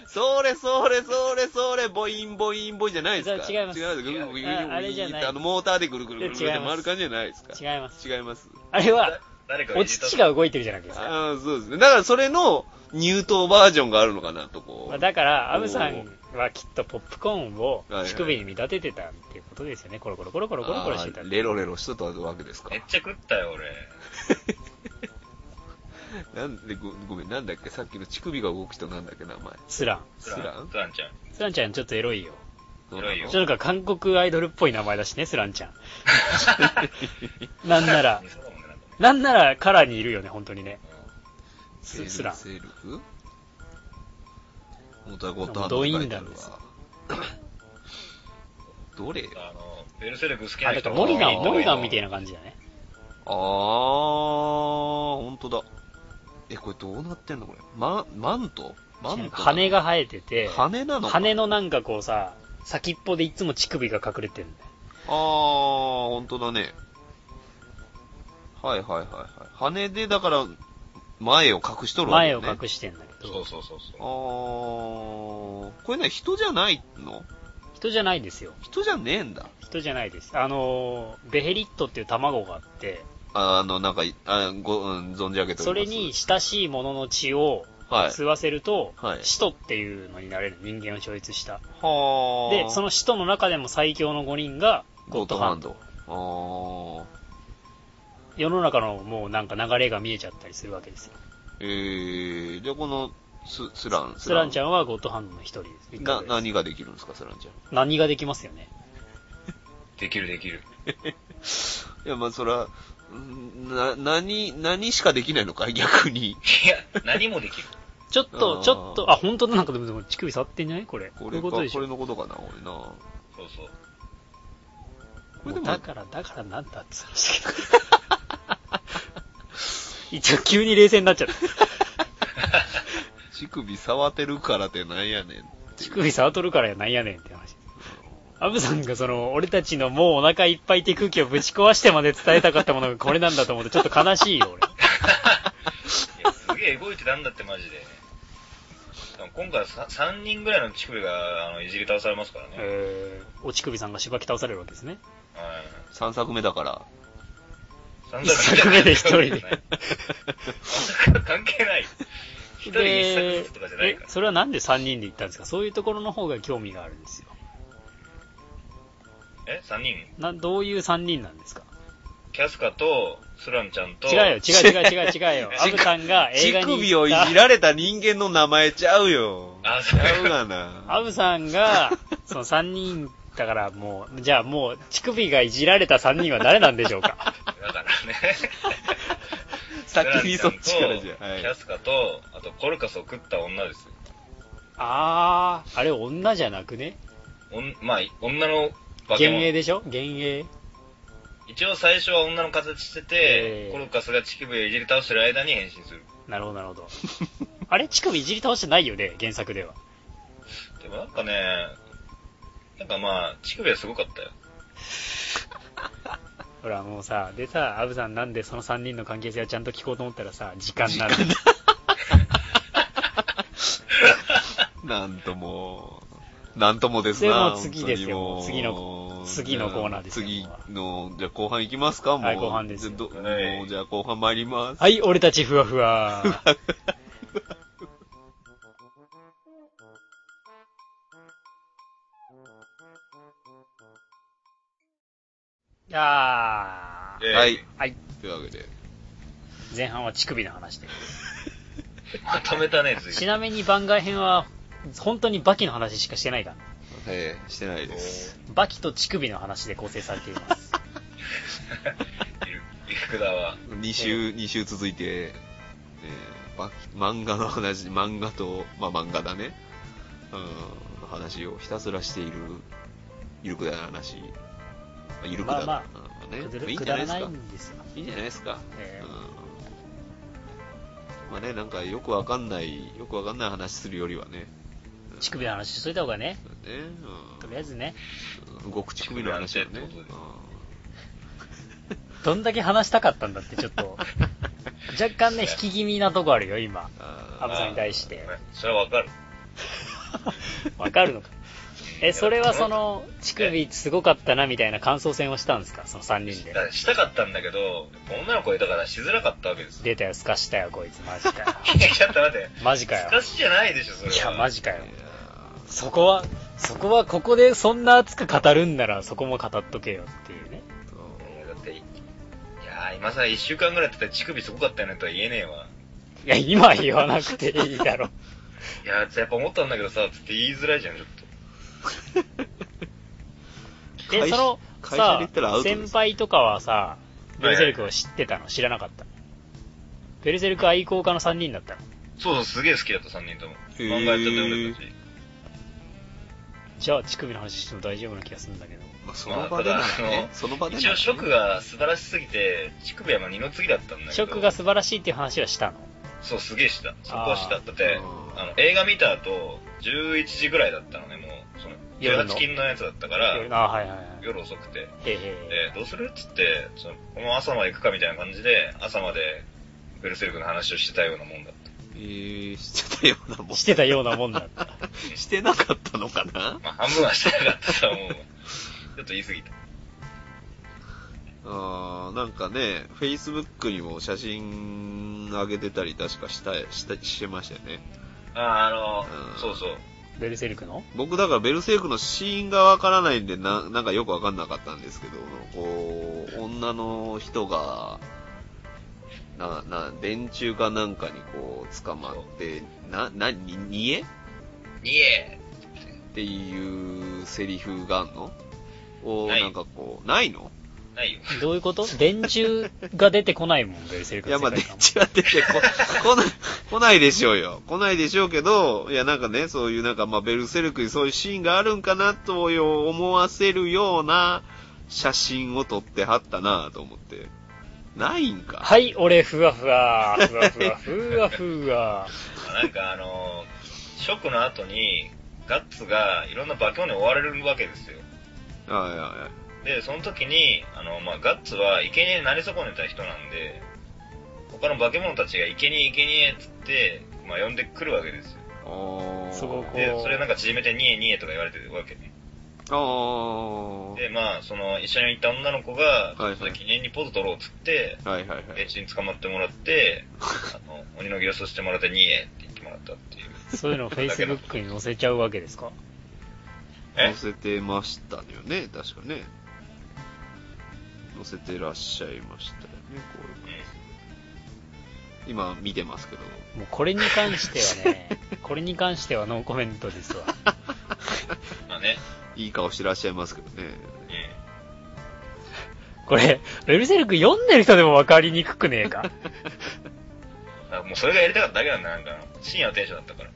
S1: それそれそれそれ、母音母音母音じゃないですか。
S2: じゃあ違います
S1: 違います。ぐるぐるぐるぐるぐる
S2: ああれじゃない
S1: ってあの、モーターでぐるぐるぐるぐるっ
S2: いや違
S1: て
S2: います
S1: 回る感じじゃないですか。
S2: 違います。
S1: 違います。
S2: あれは、
S3: 誰かが
S2: お
S3: いじった
S2: 乳が動いてるじゃないですか。
S1: ああ、そうですね。だからそれの入刀バージョンがあるのかなとこ
S2: まあ
S1: う。
S2: だから、アムさんはきっとポップコーンを
S1: はいはい
S2: 乳首に見立ててたっていうことですよね。コロコロコロコロコロコロしてた
S1: あー。レロレロしとったわけですか
S3: めっ。ちゃ食ったよ、俺。
S1: なんでご、ごめん、なんだっけさっきの乳首が動く人なんだっけ名前。
S2: スラン。
S1: スラン
S3: スランちゃん。
S2: スランちゃんちょっとエロいよ。
S1: どう
S3: エロい
S1: な
S3: よ
S2: ちょっとなんか韓国アイドルっぽい名前だしね、スランちゃん。なんなら
S3: 似、そうだもんね、なんかね
S2: なんならカラーにいるよね、本当にね。
S1: セ
S2: ススラン。
S1: セルフモーターゴッドハンド
S2: ド
S1: って
S2: イ
S1: 書い
S2: ン
S1: て
S2: ダ
S1: あ
S2: ン
S1: る
S2: で
S1: わ
S2: す。
S1: どれよ
S3: あの、ベルセルク好き
S2: あ、
S3: な
S2: だか
S3: 人
S2: ら
S3: は
S2: モリガ
S1: あ
S2: ン、
S1: ー
S2: モリガンみたいな感じだね。
S1: あー、ほんとだ。え、これどうなってんのこれ。ま、マントマント
S2: 羽が生えてて、
S1: 羽なのか
S2: 羽のなんかこうさ、先っぽでいつも乳首が隠れてるんだよ。
S1: あー、ほんとだね。はいはいはいはい。羽で、だから、前を隠しとるわけ
S2: 前
S1: よ
S2: を
S1: ね。
S2: 隠してんだけ
S3: そ
S2: ど
S3: う、そうそう
S1: あ
S3: そう。
S1: ー、これね、人じゃないの
S2: 人じゃないですよ。
S1: 人じゃねえんだ。
S2: 人じゃないです。あのー、ベヘリットっていう卵があって、
S1: あの、なんか、あご、うん、存じ上げております。
S2: それに、親しいものの血を
S1: はい。
S2: 吸わせると、
S1: はい
S2: 使徒っていうのになれる人間を超越した。
S1: はー。
S2: で、その使徒の中でも最強の5人が、ゴッドハンド。
S1: ゴッドハンド。あー。
S2: 世の中のもうなんか流れが見えちゃったりするわけですよ。
S1: えー、じゃあこのス、スラン、
S2: スランち
S1: ゃ
S2: ゃんはゴッドハンドの一人です。一角
S1: な、
S2: です
S1: 何ができるんですか、スランちゃん。
S2: 何ができますよね。
S3: できるできる。
S1: いや、まあ、そら、うんな、何、何しかできないのか、逆に。
S3: いや、何もできる。
S2: ちょっ
S1: あー
S2: と、ちょっと、あ、本当だ、なんかでも、でも乳首触ってんじゃないこれ。
S1: こ
S2: うい
S1: れ
S2: う
S1: か、
S2: こと
S1: こ
S2: でし
S1: れ
S2: ょ。
S1: のことかな、俺な。
S3: そうそう。
S1: これ
S2: もう
S1: でも、
S2: だから、だからなんだって話だけど。 一応急に冷静になっちゃった。
S1: 乳首触ってるからってなんやねん。
S2: 乳首触っとるからやなんやねんって話。アブさんがその、俺たちのもうお腹いっぱいって空気をぶち壊してまで伝えたかったものがこれなんだと思ってちょっと悲しい よ、俺。
S3: いや、すげえ動いてたんだって、マジで。でも今回はさ3人ぐらいの乳首があのいじり倒されますからね。
S2: えー、お乳首さんがしばき倒されるわけですね。
S3: はい
S1: 3作目だから。
S3: 三
S2: 一作目で一人で
S3: まさか関係ない。一人一作ずつとかじゃない
S2: え
S3: か、ら。
S2: それはなんで3人で行ったんですかそういうところの方が興味があるんですよ。
S3: え、3人
S2: な、どういう3人なんですか
S3: キャスカと、スランちゃんと、
S2: 違うよ、違う違う違う違う よ。アブさんが映
S1: 乳
S2: 画に行った。
S1: 首をいじられた人間の名前ちゃうよ。
S3: あ
S1: ち
S3: そう
S1: ゃうがな。
S2: アブさん が、その3人、だからもう、じゃあもう、乳首がいじられた3人は誰なんでしょうか
S3: だからね。
S1: 先にそっちからじゃ
S3: スランち
S1: あ。
S3: ゃん
S1: は
S3: と
S1: い
S3: キャスカと、あとコルカスを食った女ですよ。
S2: あー、あれ女じゃなくね
S3: おんまあ、女の化
S2: 幻
S3: け
S2: 影
S3: 物。
S2: でしょ幻影。
S3: 一応最初は女の形して
S2: え
S3: て、
S2: ー
S3: コルカスが乳首をいじり倒してる間に変身する。
S2: なるほど、なるほ ど。あれ乳首いじり倒してないよね原作では。
S3: でもなんかね、なんかまあ、乳首はすごかったよ。
S2: ほら、もうさ、でさ、アブさんなんでその3人の関係性をちゃんと聞こうと思ったらさ、時間なんだ。
S1: なんとも、なんともです
S2: で
S1: な。
S2: もう次ですよ
S1: 本当に
S2: もう次の次のコーナーですよ
S1: 次の、じゃあ後半行きますかもう。
S2: はい後半ですよ
S1: じゃあど
S3: はい
S1: もうじゃあ後半参ります。
S2: はい、俺たちふわふ わ。いやー、
S3: えー
S1: はい。
S2: はい。
S1: というわけで。
S2: 前半は乳首の話で。
S3: まとめ たね、ずいぶん
S2: ちなみに番外編は、本当にバキの話しかしてないから。
S1: ええしてないです。
S2: バキと乳首の話で構成されています。
S3: ゆゆくだは、
S1: 2週、二週続いて、ええば漫画の話、漫画と、まあ漫画だね。うん、の話をひたすらしている、ゆるくだらな話。まあゆるくだらな、
S2: まあ
S1: ね
S2: くだ
S1: まあ
S2: る
S1: いいん
S2: く
S1: じゃ
S2: だ
S1: ない
S2: らない
S1: ですか。
S2: んですよ。
S1: いいんじゃないですか。
S2: ええ
S1: うんまあね、なんかよくわかんない、よくわかんない話するよりはね、
S2: 乳首の話しといた方がね、
S1: そうだね
S2: とりあえずね、
S1: うん、動く乳首の話だね。
S3: 乳首なんてってこ
S2: どんだけ話したかったんだってちょっと、若干ね、引き気味なとこあるよ、今。アブさんに対して。
S3: ねそれはわかる。
S2: わかる のか。え、それはそ、の、乳首すごかったなみたいな感想戦をしたんですかその3人
S3: い
S2: で。
S3: やしたかったんだけど、女の子だからしづらかったわけですよ。
S2: 出たよ、すかしたよ、こいつ、マジか よ。
S3: い やちょっと待って。
S2: マジかよ。
S3: 難しいじゃないでしょ、それは。
S2: いや、マジか
S1: あ
S2: よ
S1: ー。いや
S2: そこは、そこはここでそんな熱く語るんならそこも語っとけよっていうね。
S1: ーそう
S3: いやだって、いやー今さ、一週間ぐらい経ったら乳首すごかったよねとは言えねえわ。
S2: いや、今は言わなくていいだろ。
S3: いやーやっぱ思ったんだけどさ、つって言いづらいじゃん、ちょっと。
S2: で、
S1: 会社
S2: その、
S1: 会社で言
S2: さ
S1: ったらアウ、トで
S2: 先
S1: す
S2: 輩とかはさ、ベルセルクを知ってたの知らなかった。ベルセルク愛好家の3人だったの。
S3: そうそう、すげえ好きだった、3人とも。
S1: へー
S3: 漫画やっちゃったよ、俺たち。
S2: じゃあ、乳首の話しても大丈夫な気がするんだけど。
S1: まあそ
S3: ま
S1: の
S3: あ
S1: 場でなら
S3: ただあ
S1: ね
S3: の、
S1: その場でな
S3: 一
S1: ら
S3: 応、食が素晴らしすぎて、乳首はまあ二の次だったんだけど。
S2: 食が素晴らしいっていう話はしたの。
S3: そう、すげえした。そこはした。
S2: あー
S3: だって、
S1: うん
S3: あの、映画見た後、11時ぐらいだったのね、もう、その、
S2: 夜の
S3: 18金のやつだったから、
S2: ああ、はいはいはい。
S3: 夜遅くて。
S2: へえへ
S3: で、どうするっつって、その、この朝まで行くかみたいな感じで、朝まで、ベルセルクの話をしてたようなもんだった。
S1: えー、してたようなも
S2: え。
S1: ん。
S2: してたようなもんだった。
S1: してなかったのかな
S3: まあ、半分はしてなかったとは思うわ。 ちょっと言い過ぎた。
S1: あーなんかね、Facebook にも写真上げてたり、確かした、した、してましたよね。
S3: ああ、あ
S1: う
S3: の、
S1: ん
S3: そうそう。
S2: ベルセルクの
S1: 僕だからベルセークのシーンがわからないんでな、なんかよくわかんなかったんですけど、こう、女の人が、な、な、電柱かなんかにこう、捕まって、な、な、に、にえっ
S3: にえ
S1: ていうセリフがあんのを、
S3: ない
S1: なんかこう、ないの
S3: ないよ。
S2: どういうこと電柱が出てこないもん、ベルセルク
S1: い
S2: の
S1: や、ま
S2: 世界
S1: あ、電
S2: 観も。
S1: 池は出てこ、こない、来ないでしょうよ。来ないでしょうけど、いや、なんかね、そういうなんか、まあ、ベルセルクにそういうシーンがあるんかなと思わせるような写真を撮ってはったなと思って。ないんか。
S2: はい、俺、ふわふわ、ふわふわ、ふわふわ。
S3: なんかあの、ショックの後に、ガッツがいろんな化け物に追われるわけですよ。
S1: はいはいはい。
S3: で、その時に、あの、まあ、ガッツは生贄になり損ねた人なんで、他の化け物たちが生贄生贄っつって、まあ、呼んでくるわけですよ。
S1: おー。
S2: そこをこ
S3: で、それなんか縮めてニエニエとか言われてるわけね。
S1: おー。
S3: で、まあ、その、一緒に行った女の子が、
S1: いはい
S3: ちょっと記念にポーズ取ろうっつって、
S1: はいはいはい。
S3: 電池に捕まってもらって、あの、鬼の形相してもらってニエって言ってもらったっていう。
S2: そういうのを Facebook に載せちゃうわけですか
S3: え
S1: 載せてましたよね、確かね。載せてらっしゃいましたよね、こういう感じで今見てますけど。
S2: もうこれに関しては ね、これに関してはノーコメントですわ。
S3: まあね、
S1: いい顔してらっしゃいますけどね。
S3: うん。
S2: これ、ベルセルク読んでる人でも分かりにくくねえか。
S3: あもうそれがやりたかっただけなんだ、なんか。深夜のテンションだったから。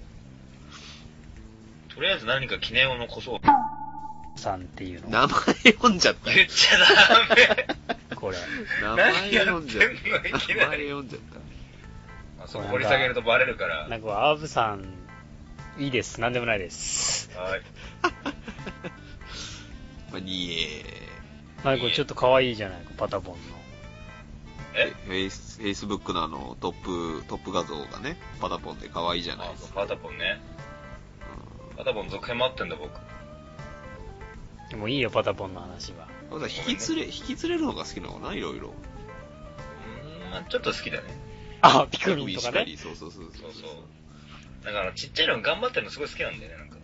S3: とりあえず何か記念を残そう。
S2: さんっていうの。
S1: 名前読んじゃった。
S3: 言っちゃダ メ
S2: これ。
S1: 名前読んじゃっ
S3: 何やってん
S1: た。
S3: のいき
S1: 名
S3: な
S1: 前
S3: り
S1: 読んじゃっ
S3: あそこ掘り下げるとバレるから。
S2: なんか、アーブさん、いいです。なんでもないです。
S3: はい。
S1: た。まあ、にえ
S2: なんかこれちょっと可愛いじゃないパタボンの。
S3: え
S1: フェイス、フェイスブックのあの、トップ、トップ画像がね、パタポンで可愛いじゃない
S3: あ
S1: です、か。
S3: パタポンね。パタポン続編待ってんだ、僕。
S2: でもいいよ、パタポンの話は。
S1: うん引き連れ、引き連れるのが好きなのかないろいろ。
S3: うん、まあちょっと好きだね。
S2: あ、ピクミンとか
S1: しか
S2: ね。
S1: りそうそうそうそ
S3: そううそう。だから、ちっちゃいの頑張ってるのすごい好きなんだよね、なんか。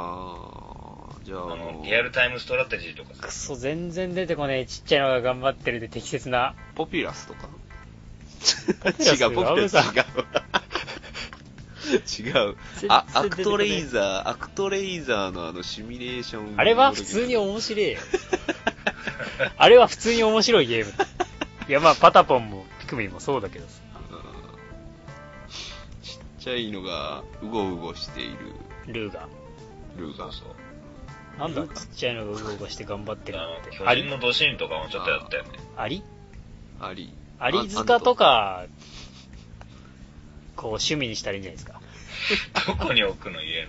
S1: あー、じゃあ、
S3: あ
S1: あの
S3: の、リアルタイムストラテジーとかさ。
S2: くそ、全然出てこねえ。ちっちゃいのが頑張ってるで適切な。
S1: ポピュラスとか
S2: ピュラス
S1: 違う、ポピュラス
S2: アブ
S1: 違う。 違う。あ、アクトレイザー、アクトレイザーのあの、シミュレーション。
S2: あれは普通に面白いよ。 あれは普通に面白いゲーム。いや、まあ、パタポンもピクミンもそうだけどさ。
S1: うんちっちゃいのが、うごうごしている、
S2: ルーが。
S1: ルー
S3: そ
S1: が
S3: う。そう。
S2: なんだ、ちっちゃいのが動かして頑張ってる
S3: あ
S2: なん
S3: の、
S2: て。
S3: 巨
S2: あ
S3: 人
S2: り、
S3: のドシーンとかもちょっとやったよね。
S2: あり
S1: あり。
S2: アリ塚とか、こう趣味にしたらいいんじゃないですか。
S3: どこに置くの家の。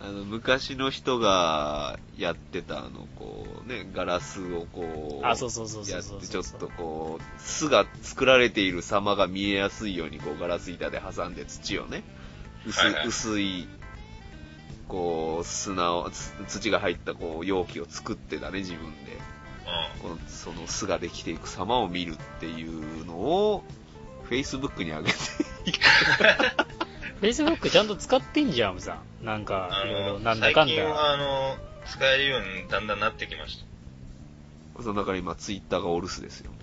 S1: あの、昔の人がやってた、あの、こう、ね、ガラスをこう、
S2: あ、そうそうそうそ
S1: や
S2: う
S1: っ
S2: そう
S1: て、ちょっとこう、巣が作られている様が見えやすいように、こう、ガラス板で挟んで土をね、薄
S3: はいはい
S1: 薄い、こう、砂を、つ土が入った、こう、容器を作ってたね、自分で。
S3: う
S1: この、その巣ができていく様を見るっていうのを、Facebook に上げて、
S2: Facebook ちゃんと使ってんじゃん、アムさん。なん
S3: ん。あ
S2: か、いろいろ、
S3: の、
S2: なんだ
S3: 最
S2: かん
S3: 近
S2: だ。
S3: はあの、使えるようにだんだんなってきました。
S1: その中で今、Twitter がお留守ですよ。ね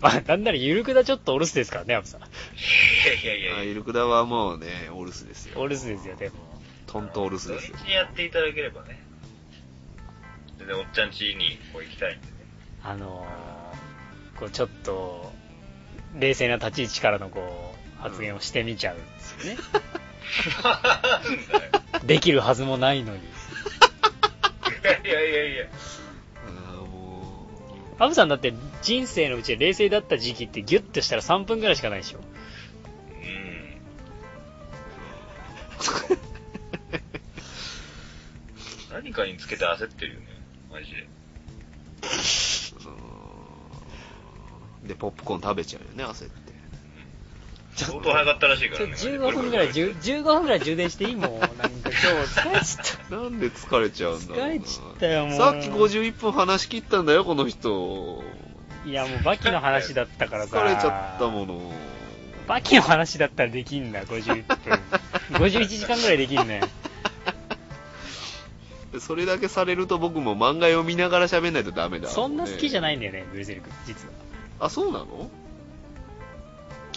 S2: まあ、なんならゆるくだちょっとお留守ですからね、アムさん。
S3: いやいやいやいや
S1: あ。イルクダはもうね、オルスですよ。
S2: お留守ですよ、でも。
S1: トントオルスですよ
S3: 土。日にやっていただければね。全然おっちゃん家にこう行きたいんでね。
S2: あのー、こう、ちょっと、冷静な立ち位置からのこう、発言をしてみちゃうんです よね。できるはずもないのに。
S3: いやいやいやいや。
S1: ああ、も
S2: アムさんだって人生のうちで冷静だった時期ってギュッとしたら3分ぐらいしかないでしょ。
S3: うん。何かにつけて焦ってるよね。マジで。
S1: ううん。で、ポップコーン食べちゃうよね、焦って。
S3: 相当早かったらしいか
S2: ちょ
S3: ら
S2: っ
S3: ね。
S2: と15分ぐらい、10 15分ぐらい充電していいもん。なんか今日疲れちゃっ
S1: なんで疲れちゃうんだろうな。
S2: 疲れちったよもう
S1: さっき51分話し切ったんだよ、この人。
S2: た。いやもうバキの話だったからさ。
S1: 疲れちゃったもの。
S2: バキの話だったらできんだ、51分。51時間ぐらいできんね。
S1: それだけされると僕も漫画読みながら喋んないとダメだ、
S2: そんな好きじゃ
S1: い。
S2: ないんだよね、ブルーセル君、実は。
S1: あ、そうなの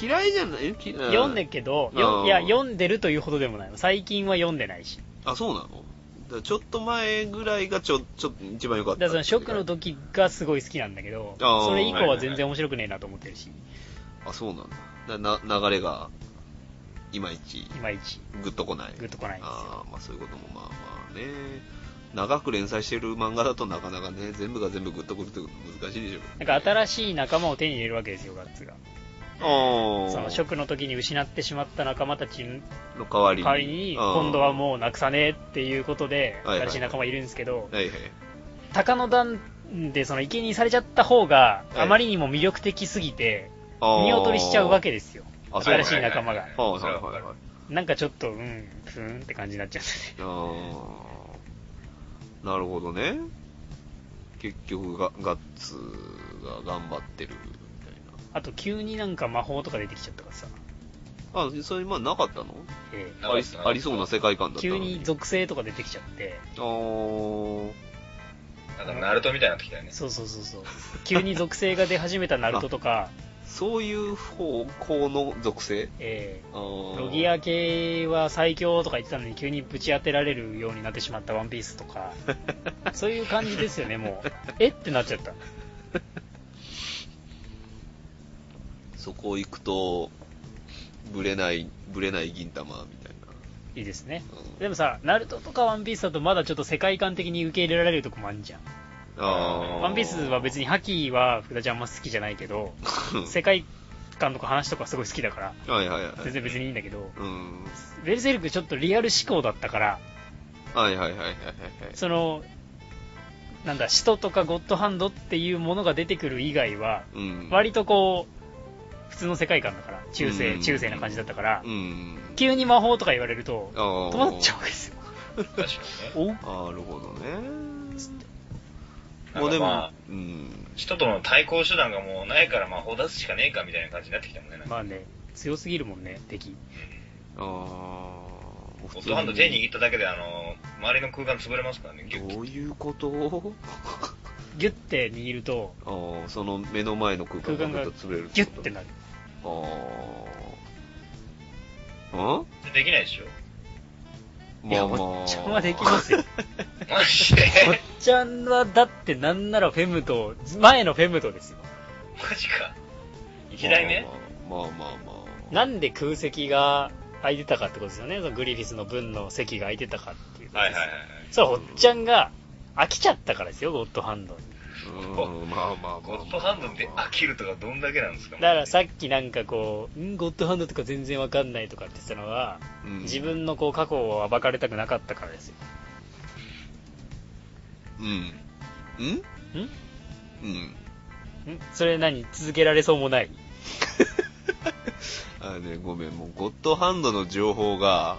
S1: 嫌いじゃないき
S2: 読んでっけど、
S1: う
S2: よ
S1: ん
S2: いや、読んでるというほどでもない。最近は読んでないし。
S1: あ、そうなのだからちょっと前ぐらいがちょ、ちょっと一番良かっ
S2: だ
S1: た。
S2: からそのショックの時がすごい好きなんだけど、
S1: あー
S2: それ以降は全然面白くねえなと思ってるし、
S1: あ、そうなんだ。だな、流れが、いまいち、
S2: いまいち
S1: グッとこない。
S2: グッとこないんですよ。
S1: ああ、まあそういうこともまあまあね。長く連載してる漫画だとなかなかね、全部が全部グッとくるって難しいでしょうけどね、
S2: なんか新しい仲間を手に入れるわけですよ、ガッツが。
S1: ああ。
S2: そのショックの時に失ってしまった仲間たちの
S1: の代わり
S2: 代
S1: に。
S2: わりに、
S1: あー
S2: 今度はもうなくさねえっていうことで、
S1: はいはい
S2: 新しい仲間いるんですけど、
S1: はいはい。
S2: 鷹の段でその生贄にされちゃった方が、
S1: はい
S2: あまりにも魅力的すぎて、
S1: あー
S2: 見劣りしちゃうわ。けですよ。
S1: あ、そうな
S2: 新し
S1: ん
S2: い
S1: だ。
S2: 仲間が。
S1: はいはいはいはい。
S2: なんかちょっと、うん、ふーんって感じになっちゃうんだよね。
S1: ああ。なるほどね。結局が、ガッツが頑張ってるみたいな。
S2: あと急になんか魔法とか出てきちゃったからさ、
S1: あ、それ今なかったの
S2: ええ
S3: な
S1: あ
S3: か
S1: り
S3: った
S1: ありそうな世界観だったの
S2: 急に属性とか出てきちゃって、
S1: あー
S3: なんかナルトみたいになってきたよね。
S2: そうそうそうそう、急に属性が出始めたナルトと か、
S1: そういう方向の属性
S2: ええ
S1: あー
S2: ロギア系は最強とか言ってたのに急にぶち当てられるようになってしまったワンピースと か、そういう感じですよね、もう。えってなっちゃった。
S1: そこ行くと、ぶれない、ぶれない銀玉みたい
S2: いいですね。
S1: な。うん
S2: でもさ、ナルトとかワンピースだとまだちょっと世界観的に受け入れられるとこもあんじゃん。
S1: あ
S2: ワンピースは別
S1: に、
S2: にハキは福田ちゃんあんま好きじゃないけど、世界観とか話とかすごい好きだから、
S1: はいはいはい。
S2: 全然別にいいんだけど、
S1: うん。
S2: ベルセルクちょっとリアル思考だったから、
S1: はいはいはいはいはいはい。
S2: その、なんだ、使徒とかゴッドハンドっていうものが出てくる以外は、
S1: うん。
S2: 割とこう、普通の世界観だから、中
S1: う
S2: 世、
S1: ん
S2: 中世な感じだったから
S1: う、ん。
S2: 急に魔法とか言われると、
S1: ああ。
S2: 戸惑っちゃうんですよ。
S3: 確かにね。
S2: お
S1: なるほどね。
S3: なんかまあ、
S1: うん。
S3: 人との対抗手段がもうないから魔法出すしかねえかみたいな感じになってきたもんね。なんか
S2: まあね、強すぎるもんね、敵。
S1: ああ。
S3: ゴッドハンド手握っただけで、あの、周りの空間潰れますからね、ギュッギュッ
S1: どういうこと
S2: ギュッて握ると、
S1: ああ、その目の前の空間
S2: 空間
S1: が
S2: が
S1: ぐっと潰れる
S2: ギュッてなる。
S1: ああ。ん
S3: できないでしょ。
S2: いや、おっちゃんはできます よ。
S3: マジで
S2: おっちゃんは、だってなんならフェムト、前のフェムトですよ。
S3: マジか。一代目
S1: まあまあまあまあ。
S2: なんで空席が空いてたかってことですよね。そのグリフィスの分の席が空いてたかっていうこと
S3: は
S2: で
S3: い
S2: す。
S3: はいはい。
S2: それはおっちゃんが飽きちゃったからですよ、ゴッドハンドに。
S1: うんまあまあまあまあ。
S3: ゴッドハンドで飽きるとかどんだけなんですか
S2: だからさっきなんかこう、んゴッドハンドとか全然わかんないとかって言ってたのは、
S1: うん
S2: 自分のこう過去を暴かれたくなかったからですよ。
S1: うん。ん
S2: ん
S1: うん。
S2: んそれ何続けられそうもない。
S1: あのね、ごめん、もうゴッドハンドの情報が、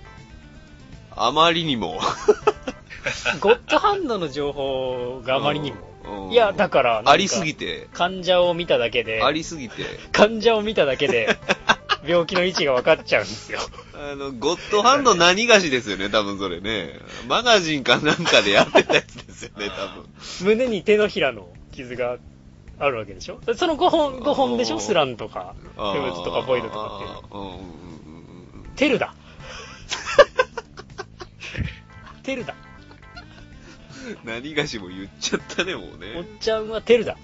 S1: あまりにも。
S2: ゴッドハンドの情報があまりにも。
S1: も
S2: いや、だからなんか、
S1: ありすぎて、
S2: 患者を見ただけで、
S1: ありすぎて、
S2: 患者を見ただけ で、病気の位置が分かっちゃうんですよ。
S1: あの、ゴッドハンド何がしですよね、多分それね。マガジンかなんかでやってたやつですよね、
S2: 胸に手のひらの傷があるわけでしょその5本、5本でし
S1: あ
S2: ょ
S1: ー
S2: スランとか、
S1: 多
S2: フ
S1: 分。
S2: ェムズとかボイドとかっていうの
S1: あーうんうんうんうん
S2: テル だ。テルだ。
S1: 何がしも言っちゃったね、もう
S2: おっ
S1: ね。
S2: ちゃんはテルだ。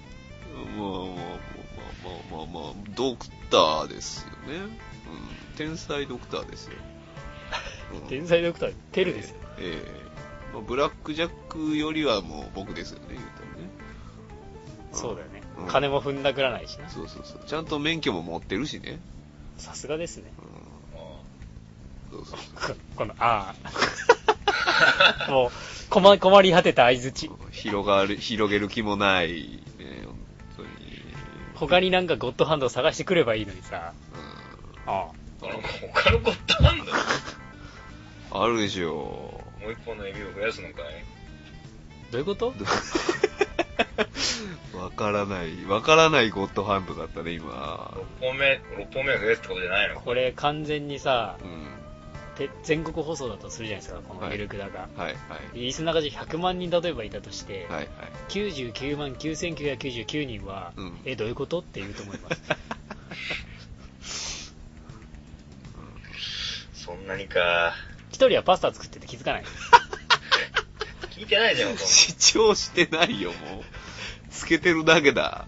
S1: もう、もう、もう、もう、もう、もう、ドクターですよね。うん。天才ドクターですよ。うん
S2: 天才ドクター、テルですよ。
S1: ええまあブラックジャックよりはもう僕ですよね、言うたらね。ん
S2: そうだよね
S1: うん。
S2: 金も踏んだくらないしね。
S1: そうそうそう。ちゃんと免許も持ってるしね。
S2: さすがですね。
S1: うん
S3: も
S1: そうそうそう
S2: ここの、ああ。もう、困困り果てた相づち。
S1: 広がる、広げる気もない、ね、本当に。
S2: 他になんかゴッドハンドを探してくればいいのにさ。ああ。
S3: うあの他のゴッドハンド
S1: うん、あるでしょ
S3: もう一本の指を増やすのかい
S2: どういうこと
S1: う。わからない、わからないゴッドハンドだったね、今。
S3: ?6 本目、六本目を増やすってことじゃない の
S2: これ完全にさ、
S1: うん。
S2: て全国放送だとするじゃないですか、このミルクだが。
S1: はい、はい。
S2: リスナーが100万人例えばいたとして、
S1: はい、はい。
S2: 99万9999人は、
S1: うん
S2: え、どういうことって言うと思います。
S3: そんなにか。
S2: 一人はパスタ作ってて気づかない。
S3: 聞いてないじゃん、ほとんど
S1: 主張してないよ、もう。つけてるだけだ。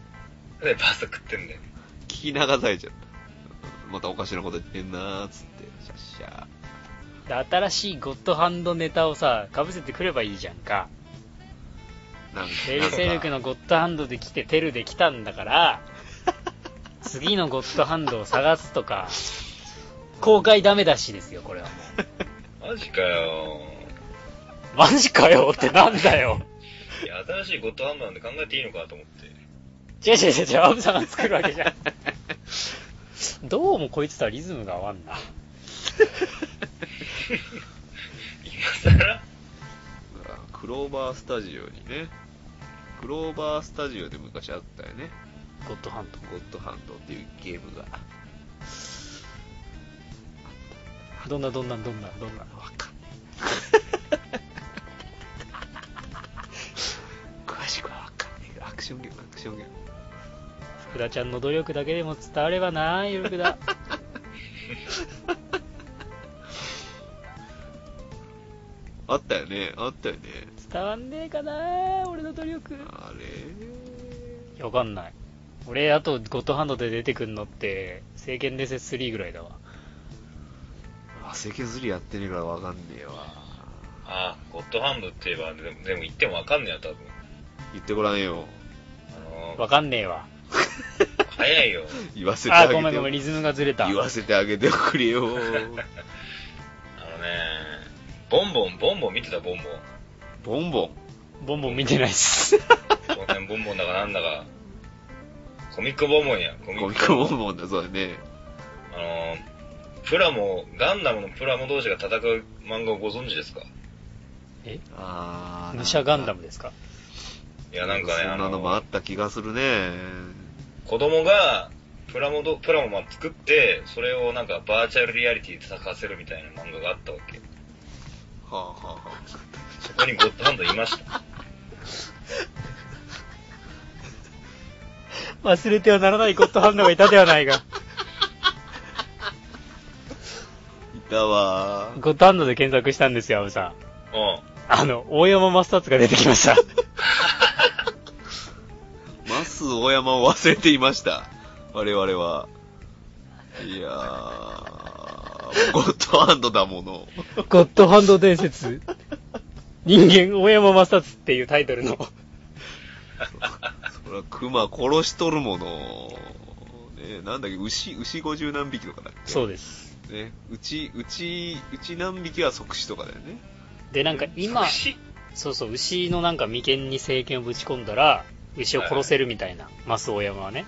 S3: なんでパスタ食ってんだよ。
S1: 聞き流されちゃった。またおかしなこと言ってんなーっつって、シャッシャー。
S2: で新しいゴッドハンドネタをさ、被せてくればいいじゃんか。
S1: なんか
S2: テルセルクのゴッドハンドで来て、テルで来たんだから、次のゴッドハンドを探すとか、公開ダメだしですよ、これはも
S3: マジかよ。
S2: う。マジかよってなんだよ。
S3: いや、新しいゴッドハンドなんで考えていいのかと思って。
S2: 違う違う違う違う、アブさんが作るわけじゃん。どうもこいつとはリズムが合わんな。
S3: 今更
S1: クローバースタジオにね、クローバースタジオで昔あったよね、
S2: ゴッドハンド。
S1: ゴッドハンドっていうゲームが。
S2: どんなどんなどんなどんな。
S1: わかんない。詳しくはわかんないけど、アクションゲーム、アクションゲーム。
S2: 福田ちゃんの努力だけでも伝わればな、ゆるくだ。
S1: あったよね、あったよね。
S2: 伝わんねえかな、俺の努力。
S1: あれ
S2: わかんない。俺、あと、ゴッドハンドで出てくんのって、聖剣伝説3ぐらいだわ。
S1: あ、世削りやってねえからわかんねえわ。
S3: あゴッドハンドって言えば、でも、でも言ってもわかんねえよ、多分。
S1: 言ってごらんよ。
S3: あの
S2: わかんねえわ。
S3: ー、早いよ。
S1: 言わせて
S2: あ
S1: あ
S2: ー、
S1: げ
S2: ごめん
S1: て
S2: ご
S1: よ
S2: めん、。リズムがずれた。
S1: 言わせてあげてくれよ。
S3: あのね、ボンボン、ボンボン見てた、ボンボン。
S1: ボンボン。
S2: ボンボン見てないっ す。
S3: 少年ボンボンだかなんだか。コミックボンボンや。コミ
S1: コミ
S3: ッ
S1: ッ
S3: ク
S1: ク
S3: ボン
S1: ボ
S3: ボン。
S1: ンボンだ、そうだね。
S3: あのー、プラモ、ガンダムのプラモ同士が戦う漫画をご存知ですか
S1: あー。
S2: 武者ガンダ
S1: ム。
S2: ムですか
S3: いや、なんかね、
S1: そ
S3: あ
S1: んなの
S3: の
S1: もあった気がするね。
S3: 子供がプラモど、プラモまあ作って、それをなんかバーチャルリアリティで咲かせるみたいな漫画があったわけ。
S1: はあはあは
S3: そこにゴッドハンドいました。
S2: 忘れてはならないゴッドハンドがいたではないが。
S1: あ。いたわー。
S2: ゴッドハンドで検索したんですよ、アブさん。
S3: うん。
S2: あの、大山マスターズが出てきました。
S1: マス大山を忘れていました。我々は。いやー、ゴッドハンドだもの。
S2: ゴッドハンド伝説。人間、大山マスターズっていうタイトルの。
S1: そりゃ、熊殺しとるもの。ねなんだっけ、牛、牛50何匹とかだっけ
S2: そうです。
S1: う。ね。うち、うち、うち何匹は即死とかだよね。
S2: で、なんか今、
S3: 牛
S2: そうそう、牛のなんか眉間に聖剣をぶち込んだら、牛を殺せるみたいな、マス大山はね。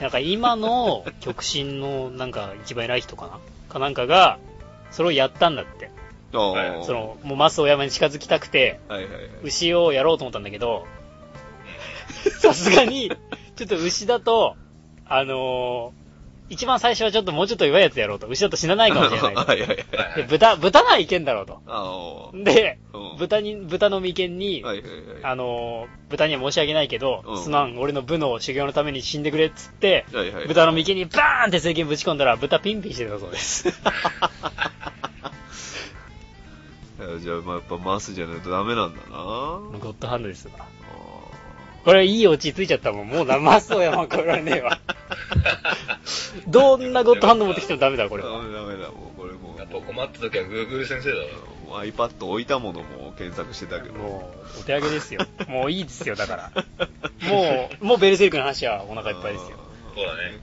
S2: なんか今の極真のなんか一番偉い人かなかなんかが、それをやったんだって。
S1: あー
S2: その、もうマス大山に近づきたくて、
S1: はいはいはい。
S2: 牛をやろうと思ったんだけど、さすがに、ちょっと牛だと、あのー一番最初はちょっともうちょっと弱いやつやろうと。牛だと死なないかもしれないと
S1: はいはいはい。
S3: はいは
S2: で、
S3: い。
S2: 豚、豚ならいけんだろうと。
S1: あー
S2: で、
S1: うん
S2: 豚に、豚の眉間に、
S1: はいはいは
S2: あのー豚には申し訳ないけど、
S1: うん
S2: すまん、俺の部の修行のために死んでくれっつって、
S1: い。はいはい。
S2: 豚の眉間にバーンって聖剣ぶち込んだら、豚ピンピンしてたそうです。
S1: あじゃあ、まあ、やっぱマスじゃないとダメなんだなあ
S2: ゴッドハンドですわ。
S1: ー
S2: これいいオチついちゃったもん。もう生そうやまん、これはねえ わ。どんなゴッドハンド持ってきてもダメだ、これ
S1: ダ
S2: は。
S1: メダメだ、もうこれもう。
S3: やっぱ困った時はグーグル先生だわ。
S1: もう iPad 置いたものも検索してたけど。
S2: もう、お手上げ ですよ。もういいですよ、だから。もう、もうベルセルクの話はお腹いっぱいですよ。
S1: あー
S3: そうだね。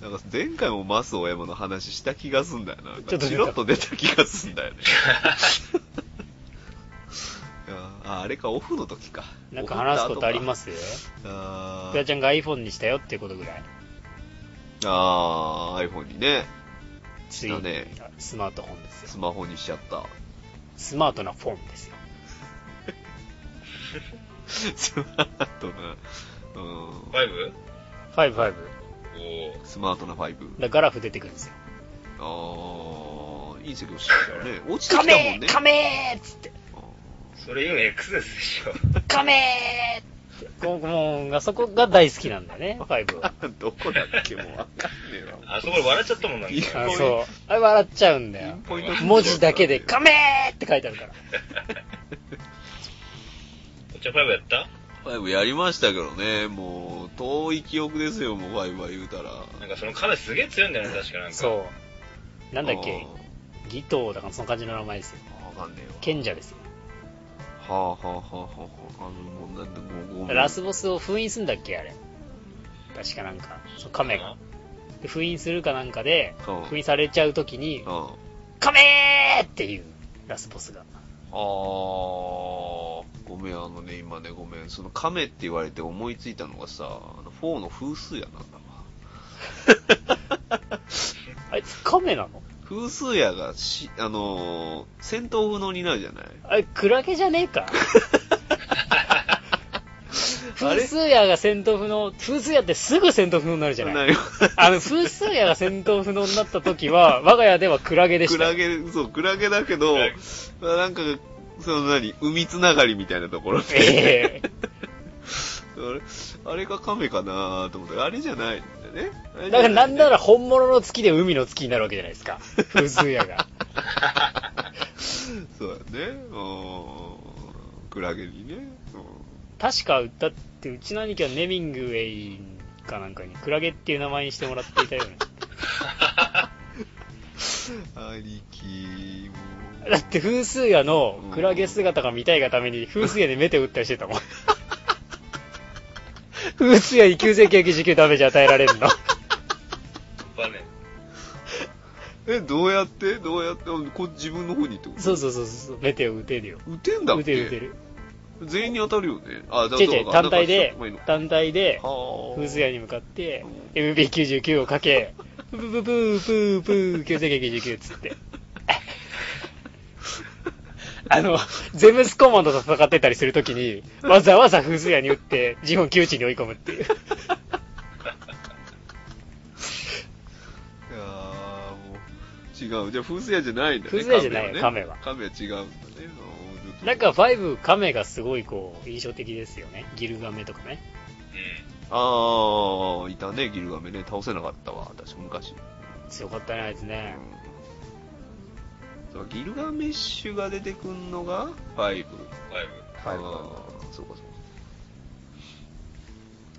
S1: なんか前回もマス大山の話した気がすんだよな。なんか
S2: ちょっと出た
S1: チロッと出た気がすんだよ ね。いやーああれか、オフの時か。
S2: なんか話すことありますす
S1: あ
S2: ふや
S1: ー
S2: ちゃんが iPhone にしたよってことぐらい。
S1: あー、iPhone にね、
S2: ついに
S1: だね
S2: スマートフォンです
S1: ス
S2: よ。
S1: マホにしちゃった。
S2: スマートなフォンですよ。
S1: スマートな、うん、
S3: 5?
S2: 5、5。
S3: おー
S1: スマートな5。
S2: だガラフ出てくるんですよ。
S1: あー、隕石落ちてきたよね。落ちてきたもん
S2: 亀
S1: ね。
S2: 亀ーっつって、
S3: それ今 X ですで しょ。
S2: 亀ーって。こうもう、あそこが大好きなんだよね、5は。
S1: あー どこだっけもうわかんねえわ。
S3: あそこで笑っちゃったもんなんか
S1: いや
S2: あ そう。あれ笑っちゃうんだよ。
S1: ポイント
S2: 文字だけで、亀ーって書いてあるから。
S3: こっちは5やった
S1: 5やり ましたけどね、もう、遠い記憶ですよ、もう5は言うたら。
S3: なんかその亀すげえ強いんだよね、確かなんか。
S2: そう。なんだっけ、ギトーだからその感じの名前ですよ。
S1: あーわかんねえわ。
S2: 賢者ですよ。
S1: はあはあはあはあはあ、あの、もうなんで、もうごめん。
S2: ラスボスを封印すんだっけあれ。確かなんか、そう亀が。で封印するかなんかで、
S1: うん
S2: 封印されちゃうときに
S1: う、ん。あ
S2: 亀ーっていう、ラスボスが。
S1: あー、ごめん、あのね、今ね、ごめん。その亀って言われて思いついたのがさ、あの、4の風数やなんだわ。
S2: あいつ亀なの
S1: 風数屋がし、あのー戦闘不能になるじゃない
S2: あれ、クラゲじゃねえ か。
S1: あれ
S2: 風数屋が戦闘不能、風数屋ってすぐ戦闘不能になるじゃない
S1: る
S2: あの、風数屋が戦闘不能になった時 は、我が家ではクラゲでし
S1: ク
S2: たよ。
S1: ラゲ、そう、クラゲだけど、
S3: クラゲ
S1: なんか、その何、海つながりみたいなところで、
S2: ええ
S1: あれ、あれが亀かなと思って、あれじゃないんだよね。あれじ
S2: だ
S1: ゃ
S2: から
S1: い
S2: なんなら、本物の月で海の月になるわけじゃないですか。風水屋が。
S1: そうだね。うんクラゲにね。うん
S2: 確か、だってうちの兄貴はネミングウェイかなんかにクラゲっていう名前にしてもらっていたよう
S1: 兄貴も
S2: な。だって風水屋のクラゲ姿が見たいがために風水屋で目手を打ったりしてたもん。 風水屋に9999ダメージ与えられ るの。
S3: やっぱね、
S1: え、どうやってどうやってあこ自分の方にってこと
S2: そうそうそうそう、目手を打てるよ。
S1: 打てんだっ
S2: 打て
S1: け
S2: る打てる。
S1: 全員に当たるよね。あ、だ
S2: 違う違う、単体で
S1: なんか、
S2: 単体で、
S1: は
S2: 風水屋に向かって
S1: うん、
S2: MB99 をかけ、ブブブーブーブー、9999っつって。あの、ゼムスコマンドと戦ってたりするときに、わざわざ風水屋に打って、ジ本ン窮地に追い込むっていう。
S1: いやーもう違う。じゃあ、風水屋じゃないんだね。
S2: 風水屋じゃないよ
S1: 亀は違うんだね。あー
S2: なんか、5、カメがすごいこう、印象的ですよね。ギルガメとかね。
S3: う
S1: ああ、いたね、ギルガメね。倒せなかったわ、私、昔。
S2: 強かったね、あいつ
S1: うん
S2: ね。
S1: そうギルガメッシュが出てくんのが5。
S3: ん。ファイブ。
S1: ああー、そうかそ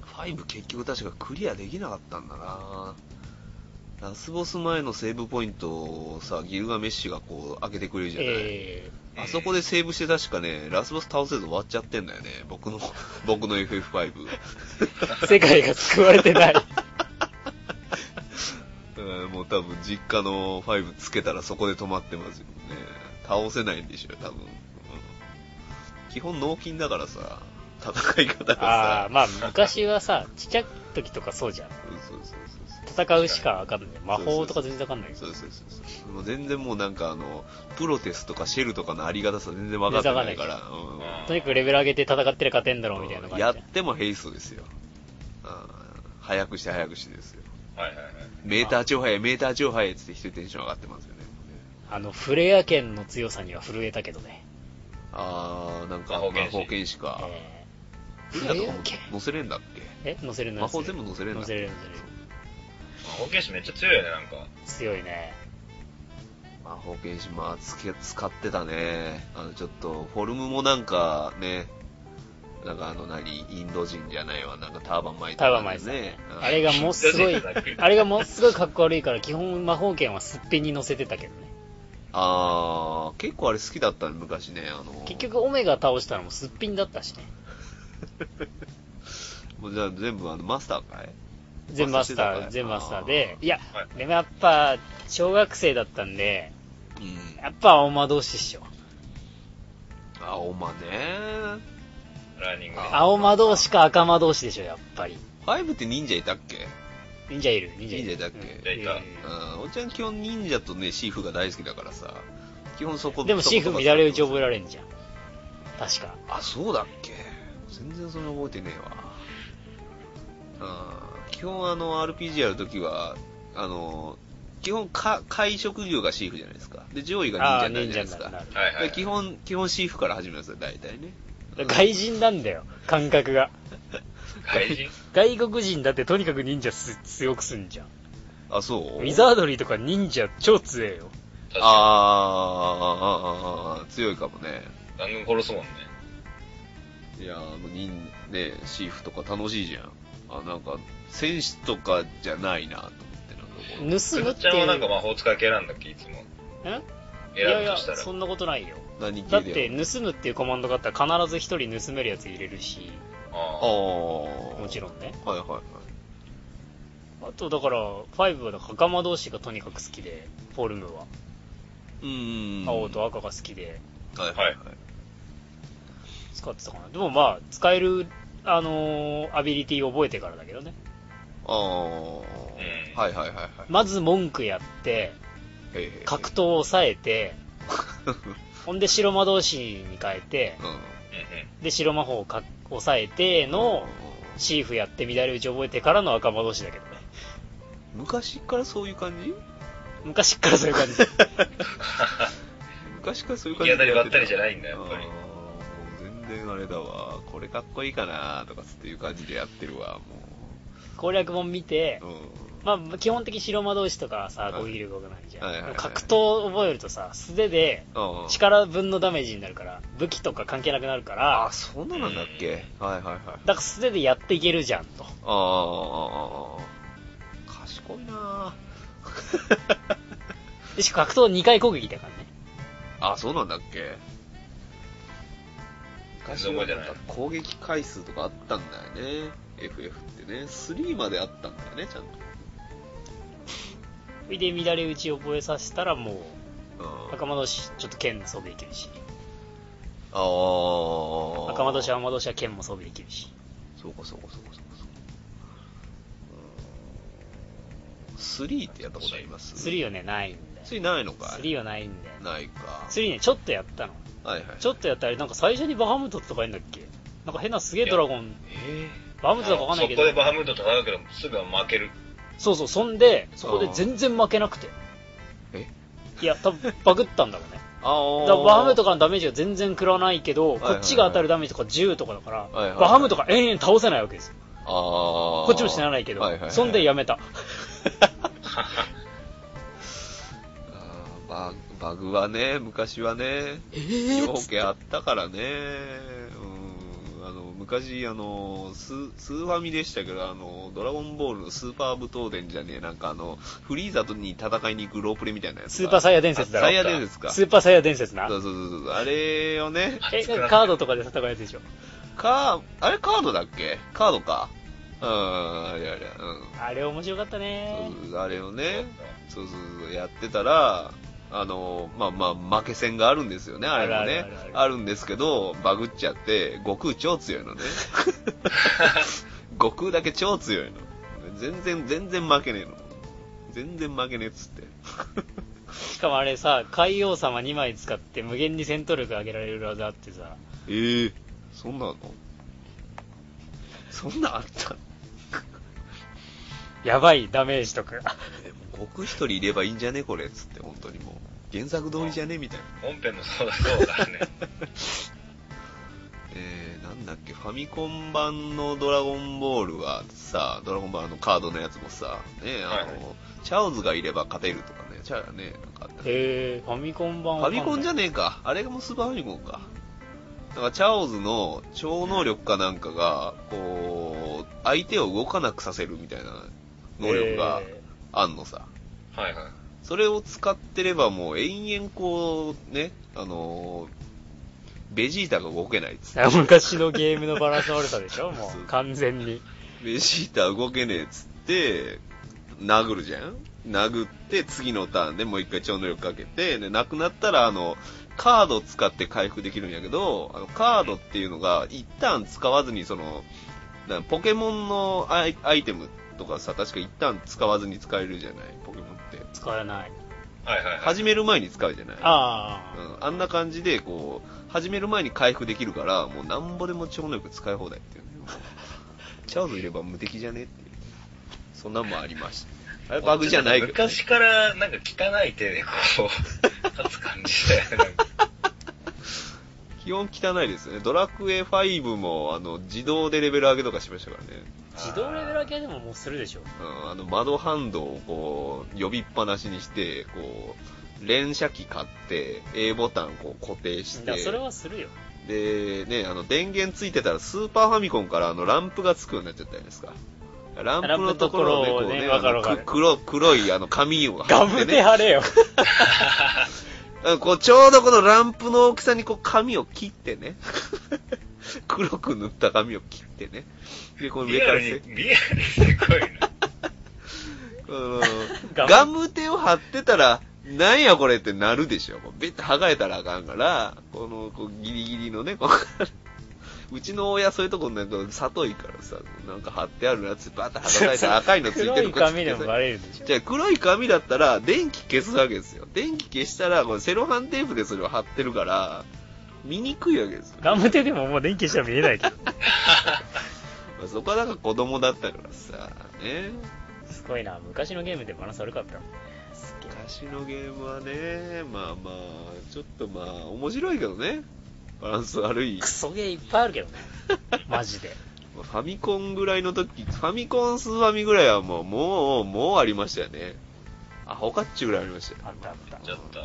S1: うか。5結局確かクリアできなかったんだな。ラスボス前のセーブポイントをさ、ギルガメッシュがこう開けてくれるじゃない。
S2: え
S1: あそこでセーブして確かね、ラスボス倒せず終わっちゃってんだよね。僕の、 僕の FF5。
S2: ー、世界が救われてない。
S1: うんもう多分実家の5つけたらそこで止まってますよね。倒せないんでしょ、多分。うん基本納金だからさ、戦い方が
S2: ああ
S1: さ。、
S2: まあ昔はさ、ちっちゃい時とかそうじゃん。
S1: うんそうそうそうそう。
S2: 戦うしかわかんない。魔法とか全然わかんない。
S1: そうそうそうそう。もう全然もうなんかあの、プロテスとかシェルとかのありがたさ全然分かってないから。うん
S2: とにかくレベル上げて戦ってりゃ勝てんだろうみたいな
S1: や
S2: 感
S1: っ
S2: じ
S1: てもヘイストですよ。うん早くして早くしてですよ。
S3: はいはいはい。
S1: メーター超速い、メーター超速いっつって一人テンション上がってますよね。
S2: あの、フレア剣の強さには震えたけどね。
S1: あー、なんか、
S3: 魔法
S1: 魔
S3: 剣士
S1: 法剣士か。
S2: え
S1: フレアとかも乗せれんだっけ
S2: ーえ乗せるの
S1: 魔法全部乗せれんだ
S2: 乗
S1: っ
S2: せ
S1: け
S2: れる乗せれる。
S3: 保険師めっちゃ強いよね、なんか。
S2: 強いね。
S1: 魔法剣士、まあ、つけ、使ってたね。あの、ちょっと、フォルムもなんか、ね、なんかあの何、インド人じゃないわ、なんかターバン巻いて
S2: タ
S1: る
S2: ーバンマイさんね。あれ
S1: が。
S2: がもうす ごい
S3: だって、
S2: あれがもうすごいかっこ悪いから、基本魔法剣はすっぺんに乗せてたけどね。
S1: あー、結構あれ好きだったね、昔ね。あの、
S2: 結局、オメガ倒したのもすっぴんだったしね。
S1: もうじゃあ全部あの、マスターかい
S2: 全マスタ
S1: マスターしてたから
S2: ー、全マスターで。いや
S3: は、い
S2: でもやっぱ、小学生だったんで、
S1: うん。
S2: やっぱ青魔同士っしょ。
S1: あ、おまね
S3: ラーニングで。
S1: あ
S2: 青魔同士か赤魔同士でしょ、やっぱり。
S1: ファイブって忍者いたっけ
S2: 忍者いる、忍者いる。
S1: 忍者だっけ
S2: うん
S3: いたいた
S1: うん、おっちゃん基本忍者とね、シーフが大好きだからさ、基本そこ
S2: でも、シーフ乱れ打ち覚え
S1: え
S2: られんじゃん。確か。
S1: あ、そうだっけ全然それ覚えてねえわ。うん、基本あの、RPG やるときは、あの、基本か、会職業がシーフじゃないですか。で、上位が
S2: ああー、
S1: 忍者になる
S2: 忍
S1: じゃ
S2: 者
S1: ない
S2: に
S1: で
S2: なるなる。
S1: すか。
S3: はいはいは
S1: で
S3: い。
S1: 基本、基本シーフから始めますよ、大体ね。
S2: 外人なんだよ、感覚が。
S3: 外人
S2: 外国人だってとにかく忍者す強くすんじゃん。
S1: あ、そう
S2: ウィザードリーとか忍者超強えよ。
S3: 確
S1: あー
S3: か
S1: あーあーあー、強いかもね。
S3: に。番組殺すもんね。
S1: いやーあの忍ねシーフとか楽しいじゃんあなんか戦士とかじゃないなと思ってなんかこう
S2: 盗
S3: す
S2: むっ
S3: ぐ
S2: て
S3: ちゃん
S2: い
S3: は
S2: う。
S3: なんか魔法使い系なんだっけ、いつも。
S2: んいやい
S3: 選ぶ
S2: や、
S3: としたら。
S2: そんなことないよ。
S1: 何
S2: だ
S1: 系
S2: っ
S1: で
S2: て、盗むっていうコマンドがあったら必ず一人盗めるやつ入れるし、
S1: ああ
S3: あ
S1: も
S2: もちろ
S1: ん
S2: んね。
S1: はいはいはい
S2: あと、だから、5はだから袴同士がとにかく好きで、フォルムは。
S1: うーん
S2: 青と赤が好きで
S1: はいはいはい、
S2: 使ってたかな。でもまあ、使える、あのーアビリティを覚えてからだけどね。
S1: あーはいはいはいはい
S2: まず文句やって、
S1: へー
S2: 格闘を抑えて、ほんで白魔同士に変えて、
S1: うん
S3: う
S2: で白魔法をか抑えての、シーフやって乱れ打ち覚えてからの赤魔同士だけどね。
S1: 昔からそういう感じ
S2: 昔っからそういう 感じ。
S1: 昔からそういう
S3: うんう
S1: 感じ
S3: ん。いやだりばったりじゃないんだ、
S1: あ
S3: や
S1: ー
S3: っ
S1: も
S3: ぱり。う
S1: う
S3: ん。
S1: 全然あれだわこれかっこいいかなとかつっていう感じでやってるわ
S2: 攻略本見て
S1: もう、、うん、
S2: まあ基本的に白魔同士とかはさ
S1: い、
S2: 攻撃力がないじゃん。
S1: はいはいはい
S2: 格闘を覚えるとさ、素手で
S1: あー
S2: 力分のダメージになるから、武器とか関係なくなるから、
S1: あ、そんななんだっけ、はいはいはい。
S2: だから素手でやっていけるじゃんと。
S1: ああ、賢いなぁ
S2: でしかも格闘2回攻撃だからね。
S1: あ、そうなんだっけ昔は
S3: 全然覚えて
S1: なん
S3: な
S1: か
S3: い
S1: 攻撃回数とかあったんだよね。FF ってね。3まであったんだよね、ちゃん
S2: それで乱れ打ち覚えさせたらもう、
S1: と。うん
S2: 袴同士ちょっと剣装でいけるし。
S1: ああ。
S2: 赤魔導士、青魔導士は剣も装備できるし。
S1: そうかそうかそうかそうかそうか。うーん3ってやったことあります
S2: 3はね、ないんだよ。
S1: 3ないのかい
S2: 3はないんだよ。
S1: ないか。
S2: 3ね、ちょっとやったの。
S1: はいはい。
S2: ちょっとやったら、なんか最初にバハムトとかやんだっけなんか変なすげえドラゴン、
S1: え
S2: バハムトとかわかんないけど
S3: あのそこで、バハムート戦うけど、すぐは負ける。
S2: そうそう、そんで、そこで全然負けなくて。
S1: え
S2: いや、多分バグったんだろうね。
S1: ー、あ
S2: だ
S1: あ。
S2: からバハムトからのダメージが全然食らわないけど、
S1: いはいはい
S2: こっちが当たるダメージとか10とかだから、
S1: はいはいはい
S2: バハムトが延々倒せないわけですよ。
S1: ああ。
S2: こっちも死なないけど、
S1: はいはいはい
S2: そんでやめ た。
S1: あーバグバグはね、昔はね、
S2: えー
S1: 条件あったからね、うん、あの、昔、あの、スー、スーファミでしたけど、あの、ドラゴンボールのスーパー武闘伝じゃねえ、なんかあの、フリーザとに戦いに行くロープレみたいなやつ
S2: ス
S1: が。
S2: ーパーサイヤ伝説だろ。
S1: あサイヤ伝説か。
S2: スーパーサイヤ伝説な
S1: そ。うそうそうそう。あれをね、
S2: え、なんかカードとかで戦うやつでしょ。
S1: カー、あれカードだっけカードか。うん、あれあれ、うん。
S2: あれ面白かったね。
S1: そうそうあれをね、そうそうそう、やってたら、あの、まあまあ、負け戦があるんですよね、あれ
S2: あ
S1: もね。あ
S2: るあ
S1: る
S2: るあるある
S1: んですけど、バグっちゃって、悟空超強い のね。悟空だけ超強いの。全然、全然負けねえの。全然負けねえっつって。
S2: しかもあれさ、海王様2枚使って無限に戦闘力上げられる技あってさ、
S1: ええそんなのそんなんあった
S2: やばいダメージとか。
S1: えもう悟空一人いればいいんじゃねこれっつって、本当にもう。原作通りじゃねみたいな。
S3: 本編のそうだそうだね。
S1: えー、なんだっけ、ファミコン版のドラゴンボールはさ、ドラゴンボールのカードのやつもさ、ね、あの、
S3: はい
S1: チャオズがいれば勝てるとかね、チャね、なんかあったね
S2: へえ、ファミコン版
S1: ファミコンじゃ
S2: ね
S1: ねえか。あれがもうスーパーファミコンか。だから、チャオズの超能力かなんかが、こう、相手を動かなくさせるみたいな能力があんのさ。
S3: はいはい。
S1: それを使ってればもう延々こう、ね、あのーベジータが動けないっつって。
S2: 昔のゲームのバランスの悪さでしょも
S1: そう
S2: う、完全に。
S1: ベジータ動けねえっつって、殴るじゃん殴って、次のターンでもう一回超能力かけて、で、なくなったら、あの、カード使って回復できるんやけど、あの、カードっていうのが、一旦使わずに、その、なポケモンのアイアイテムとかさ、確か一旦使わずに使えるじゃないポケモンって。
S2: 使えない。
S3: はいはいはい。
S1: 始める前に使うじゃない
S2: ああ。
S1: うん、あんな感じで、こう、始める前に回復できるから、もうなんぼでも超能力使い放題っていうね。もうチャーズいれば無敵じゃねっていう。そんなんもありました。あれバグじゃないけど、ね。
S3: 昔からなんか汚い手でこ う、立つ感じだよね。なんか
S1: 基本汚いですよね。ドラクエ5も、あの、自動でレベル上げとかしましたからね。
S2: 自動レベル上げでももうするでしょ。
S1: うん、あの、窓ハンドをこう、呼びっぱなしにして、こう、連射機買って、A ボタンこう固定し
S2: だ
S1: て
S2: から、それはするよ。
S1: で、ね、あの、電源ついてたら、スーパーファミコンから、あの、ランプがつくようになっちゃったじゃないですか。ランプのところを
S2: ランプのところをね
S1: ね、こうね、
S2: わかる
S1: あ
S2: わか
S1: の
S2: る
S1: く黒、黒い、あの、紙を
S2: ガ
S1: 貼って
S2: ムで
S1: ね。
S2: 貼れよ。
S1: あのこう、ちょうどこのランプの大きさに、こう、紙を切ってね。 黒く塗った紙を切ってね。で、この上
S3: リ
S1: から
S3: アル
S1: せ、
S3: に、リアルにすごいな。
S1: あの
S2: ガム
S1: ガムテを貼ってたら、なんやこれってなるでしょ。こうベッて剥がれたらあかんから、この、こうギリギリのね、こう うちの親そういうとこなんか里いからさ、なんか貼ってあるやつバッて剥がれたら赤いのついて
S2: 黒
S1: る
S2: い
S1: から
S2: 紙でもバレるでしょ。
S1: じゃあ黒い紙だったら電気消すわけですよ。電気消したら、これセロハンテープでそれを貼ってるから、見にくいわけですよ。
S2: ガム手でももう電気したら見えないけど。
S1: まあそこはなんか子供だったからさ、ね。
S2: すごいな、昔のゲームでバランス悪かったもんね。すげえ
S1: 昔のゲームはね、まあまあ、ちょっとまあ、面白いけどね。バランス悪い
S2: ク。ソゲーいっぱいあるけどね。マジで。
S1: ファミコンぐらいの時、ファミコンスーファミぐらいはもう、もう、もうありましたよね。アホかっちゅうぐらいありましたよ。
S2: あったあった。
S3: ちょっと。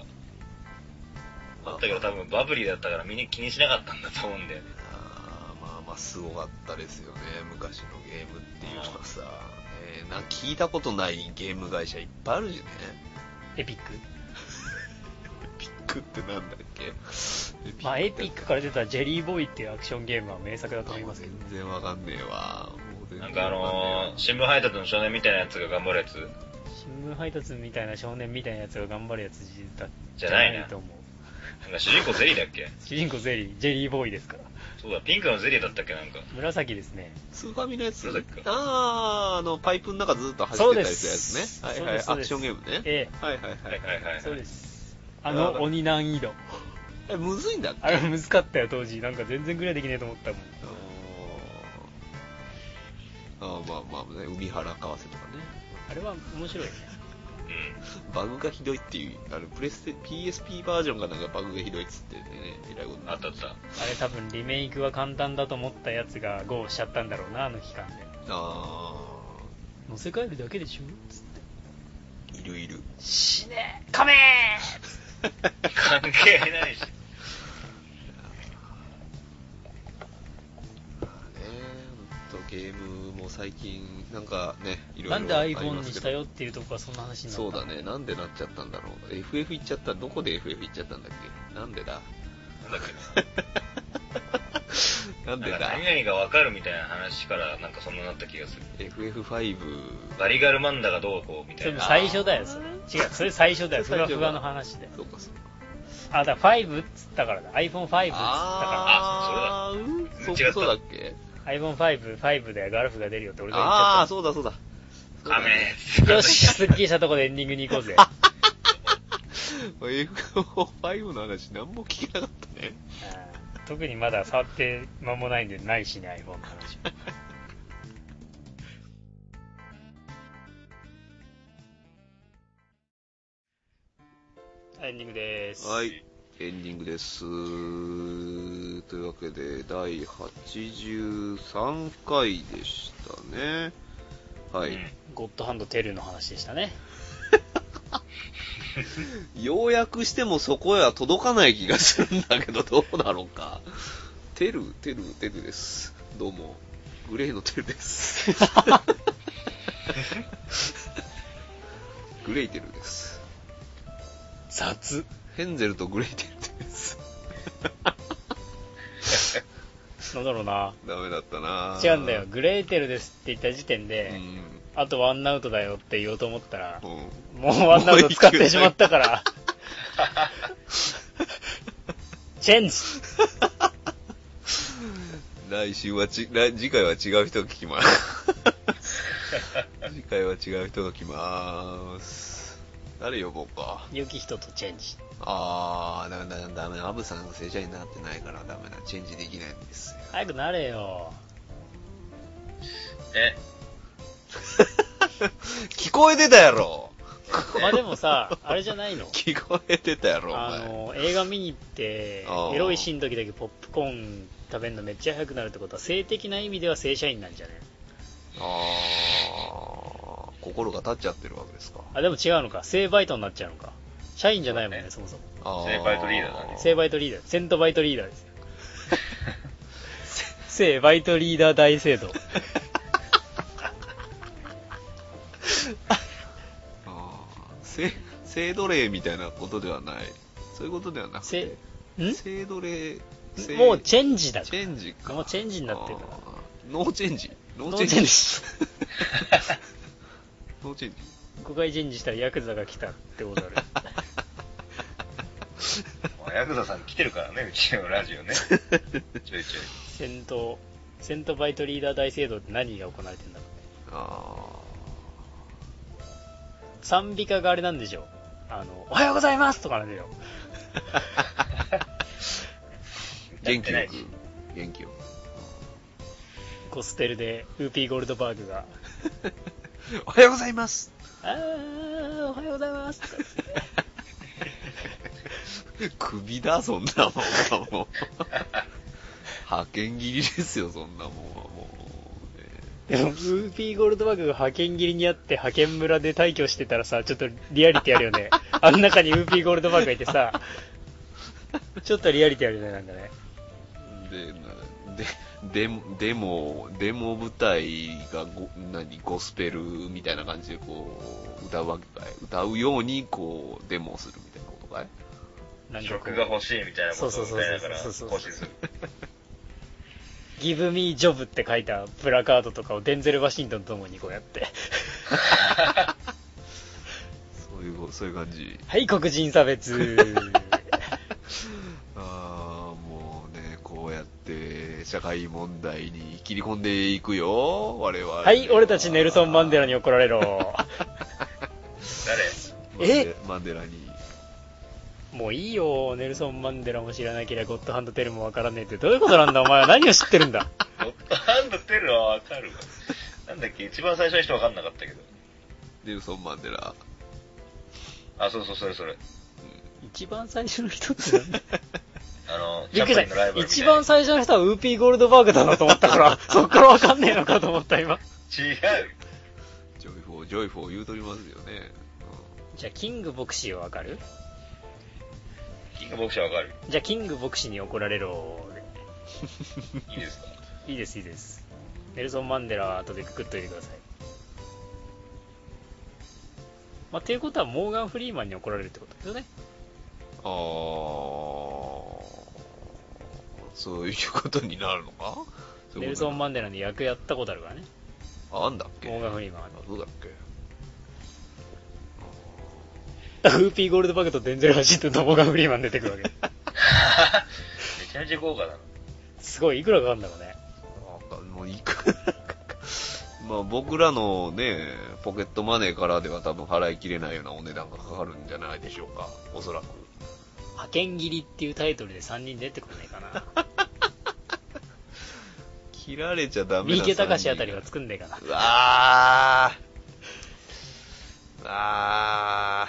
S3: あったけど多分バブリーだったからみんな気にしなかったんだと思うんだよね。
S1: あーまあまあ、すごかったですよね。昔のゲームっていうのはさ、ねえなんか聞いたことないゲーム会社いっぱいあるじゃね。
S2: エピック
S1: ピックってなんだっけエ
S2: まあ、エピックから出たジェリーボーイっていうアクションゲームは名作だと思いますけど。
S1: 全然わかんねえわ。もう全然
S3: なんかあ
S1: わんねえわ
S3: のー、新聞配達の少年みたいなやつが頑張るやつ
S2: 新聞配達みたいな少年みたいなやつが頑張るやつだ
S3: じゃないな
S2: と思う。
S3: なんか主人公ゼリーだっけ
S2: 主人公ゼリー、ジェリーボーイですから。
S3: そうだ、ピンクのゼリーだったっけなんか。
S2: 紫ですね。
S1: スーファミのやつ
S3: そうだっけ
S1: あー、あの、パイプの中ずっと走ってたりするやつね。は
S2: そうです
S1: いは
S2: そうで
S1: い。
S2: すそう
S1: ア
S2: で
S1: ク
S2: す
S1: ションゲームね。
S2: え
S1: はいはい
S3: は
S1: はいい。
S3: はいはい、
S2: え、
S3: はい。
S2: そうです。あの鬼難易度。
S1: え、むずいんだっけ
S2: あれ難かったよ、当時。なんか全然クリアできねえと思ったもん。
S1: あーあー、まあまあね、海原かわせとかね。
S2: あれは面白いね。
S3: う
S1: バグがひどいっていう、あの、プレステ、PSP バージョンがなんかバグがひどいっつってね、えらいことに
S3: ん。
S1: な
S3: あっ
S1: って
S3: たあった。
S2: あれ多分リメイクは簡単だと思ったやつが GO しちゃったんだろうな、あの期間で。
S1: あ
S2: 乗せ替えるだけでしょつって。
S1: ー、いるいる。
S2: 死ねカメ
S3: 関係ないし。
S1: まあね、ほんとゲームも最近、なんかね、いろいろ
S2: なんで
S1: ありますけど
S2: iPhone にしたよっていうとこはそんな話になった
S1: そうだね、なんでなっちゃったんだろう。FF 行っちゃった、どこで FF 行っちゃったんだっけな んでだ
S3: なんだっけ
S1: なんで
S3: なんか
S1: だ
S3: 何々がわかるみたいな話からなんかそんななった気がする。
S1: ?FF5。
S3: バリガルマンダがどうこうみた
S2: それ
S3: い
S2: も
S3: な。
S2: 最初だよ、それ。違う、それ最初だよ。
S1: そ
S2: ふ
S1: れ
S2: わ
S1: 最初だ
S2: ふわの話で。
S1: そうかそうか。
S2: あ、だから5っつったからだ。iPhone5 っつったか
S1: あー、
S3: あ
S1: そ
S3: そうれだ
S1: そうだっけ
S2: ら。iPhone5、5でガルフが出るよって俺が言っち
S1: あ
S2: ゃ
S1: ー、そうだそうだ。
S3: カメ
S2: った。よし、すっきりしたとこでエンディングに行こう ぜ。あ
S1: そうだね FF5 の話、何も聞けなかったね。
S2: ー特にまだ触って間もないんで、ないしね、iPhone の話。 エンディングです。
S1: はい。エンディングです。というわけで、第83回でしたね。はい。
S2: ゴッドハンドテルの話でしたね。
S1: ようやくしてもそこへは届かない気がするんだけど、どうだろうか。テル、テル、テルです。どうも。グレーのテ ルです。グレイテルです。
S2: 雑。
S1: ヘンゼルとグレイテルです。
S2: なんだろうな。
S1: ダメだったな
S2: 違うんだよ。。グレーテルですって言った時点
S1: う
S2: で、
S1: ん。
S2: あとワンアウトだよって言おうと思ったら
S1: う、ん
S2: もうワンアウト使ってしまったから。チェンジ
S1: 来週はち、来次回は違う人が聞き ます。次回は違う人が来ます。誰呼ぼうか。
S2: 良き人とチェンジ。
S1: あー、ダメだ、ダメだ、アブさんが正社員になってないからダメだ、チェンジできないんですよ。
S2: 早くなれよ。
S3: え、
S1: 聞こえてたやろ
S2: まあでもさ、あれじゃないの
S1: 聞こえてたやろ、お
S2: あ
S1: 前。
S2: の、映画見に行って
S1: あ、ー
S2: エロいシーンの時だけポップコーン食べるのめっちゃ早くなるってことは、性的な意味では正社員なんじゃね
S1: あー、心が立っちゃってるわけですか。
S2: あ、でも違うのか。性バイトになっちゃうのか。社員じゃないもんね、そもそも。
S1: あ
S3: 正バイトリーダーだね
S2: 性バイトリーダー。セントバイトリーダーですよ。 性バイトリーダー大制度。
S1: あーせ性奴隷みたいなことではない。そういうことではなくて。
S2: せん
S1: 性奴隷。性
S2: もうチェンジだ
S1: チェンジか。
S2: もうチェンジになってるから
S1: あーノーチェンジ。ノ
S2: ノーチェンジ。
S1: ノーチェンジ。
S2: 5回チェンジしたらヤクザが来たって ことある。
S3: まあヤクザさん来てるからね、うちのラジ オね。ちょいちょい。
S2: 戦闘、戦闘バイトリーダー大制度って何が行われてんだろ
S1: あ
S2: う。賛美歌があれなんでしょう。あの、おはようございますとかなん でしょう。
S1: ー元気
S3: や
S1: よ
S3: ってない
S1: く
S3: し。
S1: 元気よく。
S2: ゴスペルでウーピーゴールドバーグが、
S1: おはようございます。
S2: あー、おはようございますとか
S1: クビだ、そんなもん。もう派遣切りですよ、そんなもんは。もう、ね
S2: でも、ウーピーゴールドバーグが派遣切りにあって、派遣村で退去してたらさ、ちょっとリアリティあるよ ね。あん中にウーピーゴールドバーグがいてさ、ちょっとリアリティあるよね、なんかね。
S1: で、なで、で、でも、デモ舞台がご、何、ゴスペルみたいな感じで、こう、歌うわけかい歌うように、こう、デモをするみたいなことかい
S2: なんかこ
S3: 職が
S2: う、
S3: 欲しいみたいなことを
S2: そうそうそうそう
S3: 訴えながら
S2: そうそう
S3: 行使する。
S2: Give me job って書いたプラカードとかをデンゼル・ワシントンと共にこうや って、
S1: そういう、そういう感じ。
S2: はい、黒人差別。
S1: ね、社会問題に切り込んでいくよ、我々。
S2: はい、俺たちネルソン・マンデラに怒られろ。
S3: 誰
S1: マンデラマンデラに。
S2: もういいよ、ネルソン・マンデラも知らなければゴッドハンドテルもわからねえって。どういうことなんだ、お前は何を知ってるんだ。
S3: ゴッドハンドテルはわかるわ。なんだっけ、一番最初の人わかんなかったけど。
S1: ネルソン・マンデラ。
S3: あ、そうそう、それそれ。
S2: 一番最初の人って なんだ
S3: あの、
S2: び
S3: チ
S2: っ
S3: ャ
S2: くり
S3: ップリンのライ
S2: した。
S3: バルみたい
S2: 一
S3: な。
S2: 番最初の人はウーピー・ゴールドバーグだなと思った から、そっからわかんねえのかと思った、今。
S3: 違う。
S1: ジョイフォー、ジョイフォー言うとりますよね。
S2: じゃあ、キング牧師はわかる
S3: キングボクシャーわかる。
S2: じゃあ、キング牧師に怒られろ。
S3: いいですか
S2: いいです、いいです。ネルソン・マンデラは後でググっといてください。まあ、っていうことは、モーガン・フリーマンに怒られるってことですよね。
S1: あー、そういうことになるのかそう
S2: ネ
S1: いうことなの
S2: ルソン・マンデラの役やったことあるからね。
S1: ああんだっけ
S2: モーガン・フリーマンはね
S1: あ。どうだっけ
S2: ウーピー・ゴールドバーグとデンゼル・ワシントンとモーガン・フリーマン出てくるわけ。
S3: めちゃめちゃ豪華だな。す
S2: すごい、いくらかかるんだろうね。
S1: あもういくらか まあ僕らのね、ポケットマネーからでは多分払いきれないようなお値段がかかるんじゃないでしょうか。おそらく。
S2: 派遣切りっていうタイトルで3人出てこないかな。
S1: 切られちゃダメ
S2: 三
S1: な
S2: 池隆あたり
S1: は
S2: は作んねえかな。
S1: うわあ。うわあ。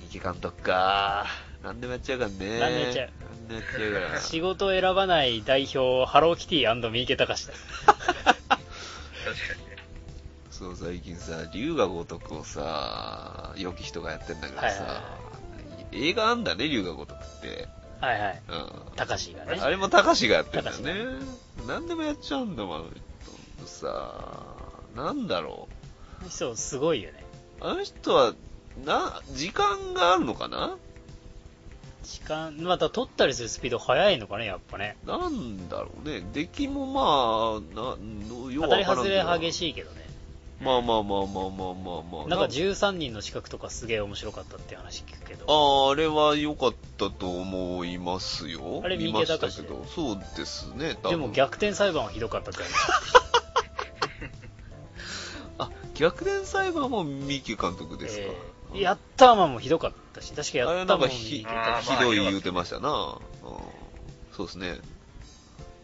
S1: 三池監督か。何でもやっちゃうからね。
S2: 何でもやっちゃう。
S1: 何でもやっちゃうから。
S2: 仕事を選ばない代表、ハローキティ三池隆 だ。
S3: 確かにね。
S1: そう、最近さ、龍が如くをさ、良き人がやってんだけどさ、
S2: はいはいは
S1: 映画あんだね、龍が如くって。
S2: はいはい。
S1: う
S2: 隆が
S1: ん。
S2: ね。
S1: あれも高志がやってんだよね
S2: 高。
S1: 何でもやっちゃうんだもん、あの人ほんとさ、なんだろ
S2: そう、すごいよね。
S1: う。あの人は、な、時間があるのかな
S2: 時間、また撮ったりするスピード早いのかね、やっぱね。
S1: なんだろうね。出来もまあ、な、のよ
S2: 当たり外れ激
S1: い。
S2: しいけどね。
S1: まあまあまあまあまあまあまあ。
S2: なんか13人の資格とかすげえ面白かったっていう話聞くけど。
S1: あーあれは良かったと思いますよ。
S2: あれ
S1: 見ました
S2: 三池
S1: け
S2: 隆
S1: ど。そうですね、多分
S2: でも逆転裁判はひどかったって話。
S1: あ、逆転裁判も三木監督ですか。
S2: えーヤッターマンもひどかったし、確か
S1: あ
S2: ヤッ
S1: れな
S2: ター
S1: ん
S2: マン
S1: か
S2: もひ
S1: ひ
S2: ど
S3: あ
S2: か
S3: ー
S2: っ
S1: ひ
S3: まあ
S1: どい言うてましたな。うんそうですね。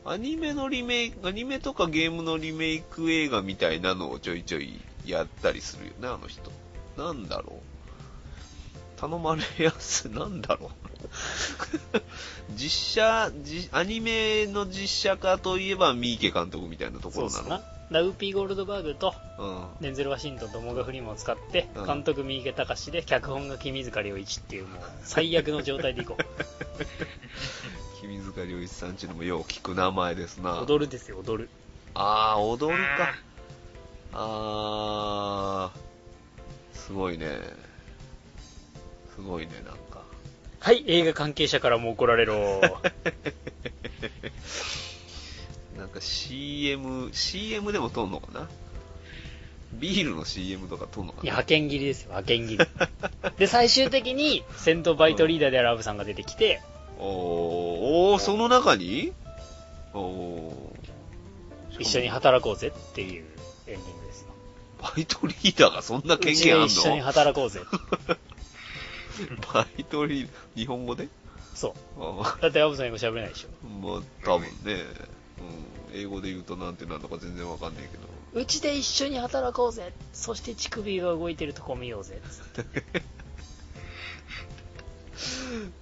S1: アニメのリメイク、アニメとかゲームのリメイク映画みたいなのをちょいちょいやったりするよね、あの人。なんだろう。頼まれやす、なんだろう。 実写、じアニメの実写化といえば三池監督みたいな
S2: た。
S1: とこ
S2: そう
S1: ろ
S2: っす
S1: なの。
S2: な。ダウーピー・ゴールドバーグと
S1: うん。
S2: デンゼル・ワシントンとモーガン・フリーマンを使って、
S1: うん
S2: 監督三池隆で脚本が君塚良一っていうもう最悪の状態でいこう。
S1: 君塚良一さんちのもよう聞く名前ですな。
S2: 踊るですよ、踊る。
S1: ああ、踊るか。あー、すごいね。すごいね、なんか。
S2: はい、映画関係者からも怒られろ。
S1: なんか CM、CM でも撮んのかなビールの CM とか撮んのか
S2: い
S1: な
S2: や、派遣切りですよ、派遣切り。で、最終的に、セントバイトリーダーであるアブさんが出てきて、
S1: おー、おーその中におー。
S2: 一緒に働こうぜっていうエンディングですよ。
S1: バイトリーダーがそんな権
S2: うちで
S1: 限あんの
S2: 一緒に働こうぜ。
S1: バイトリーダー、日本語で
S2: そ
S1: あー
S2: う。だってアブさん英語喋れないでしょ。
S1: まあ、多分ね、うん、英語で言うとなんてなんだか全然わかんないけど。
S2: うちで一緒に働こうぜそして乳首が動いてるとこ見ようぜ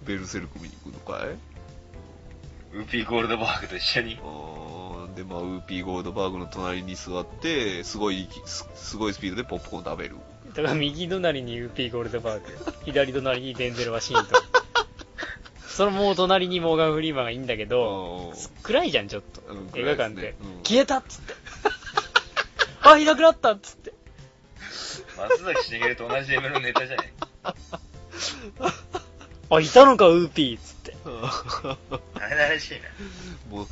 S1: ベルセルク見に行くのかい
S3: ウーピーゴールドバーグと一緒に。
S1: あーで、まあ、ウーピーゴールドバーグの隣に座って、すごい息、すすごいスピードでポップコーン食べる。
S2: だから右隣にウーピー・ゴールドバーグ左隣にデンゼル・ワシントンそのもう隣にモーガン・フリーマンがいいんだけど
S1: あー
S2: 暗いじゃんちょっと、
S1: うん
S2: 映画館で、
S1: 暗いですねうん
S2: 消えたっつってあいなくなったっつって
S3: 松崎しげると同じレベルのネタじゃない。
S2: あいたのかウーピーっつって
S3: あれらしいな。
S1: もう、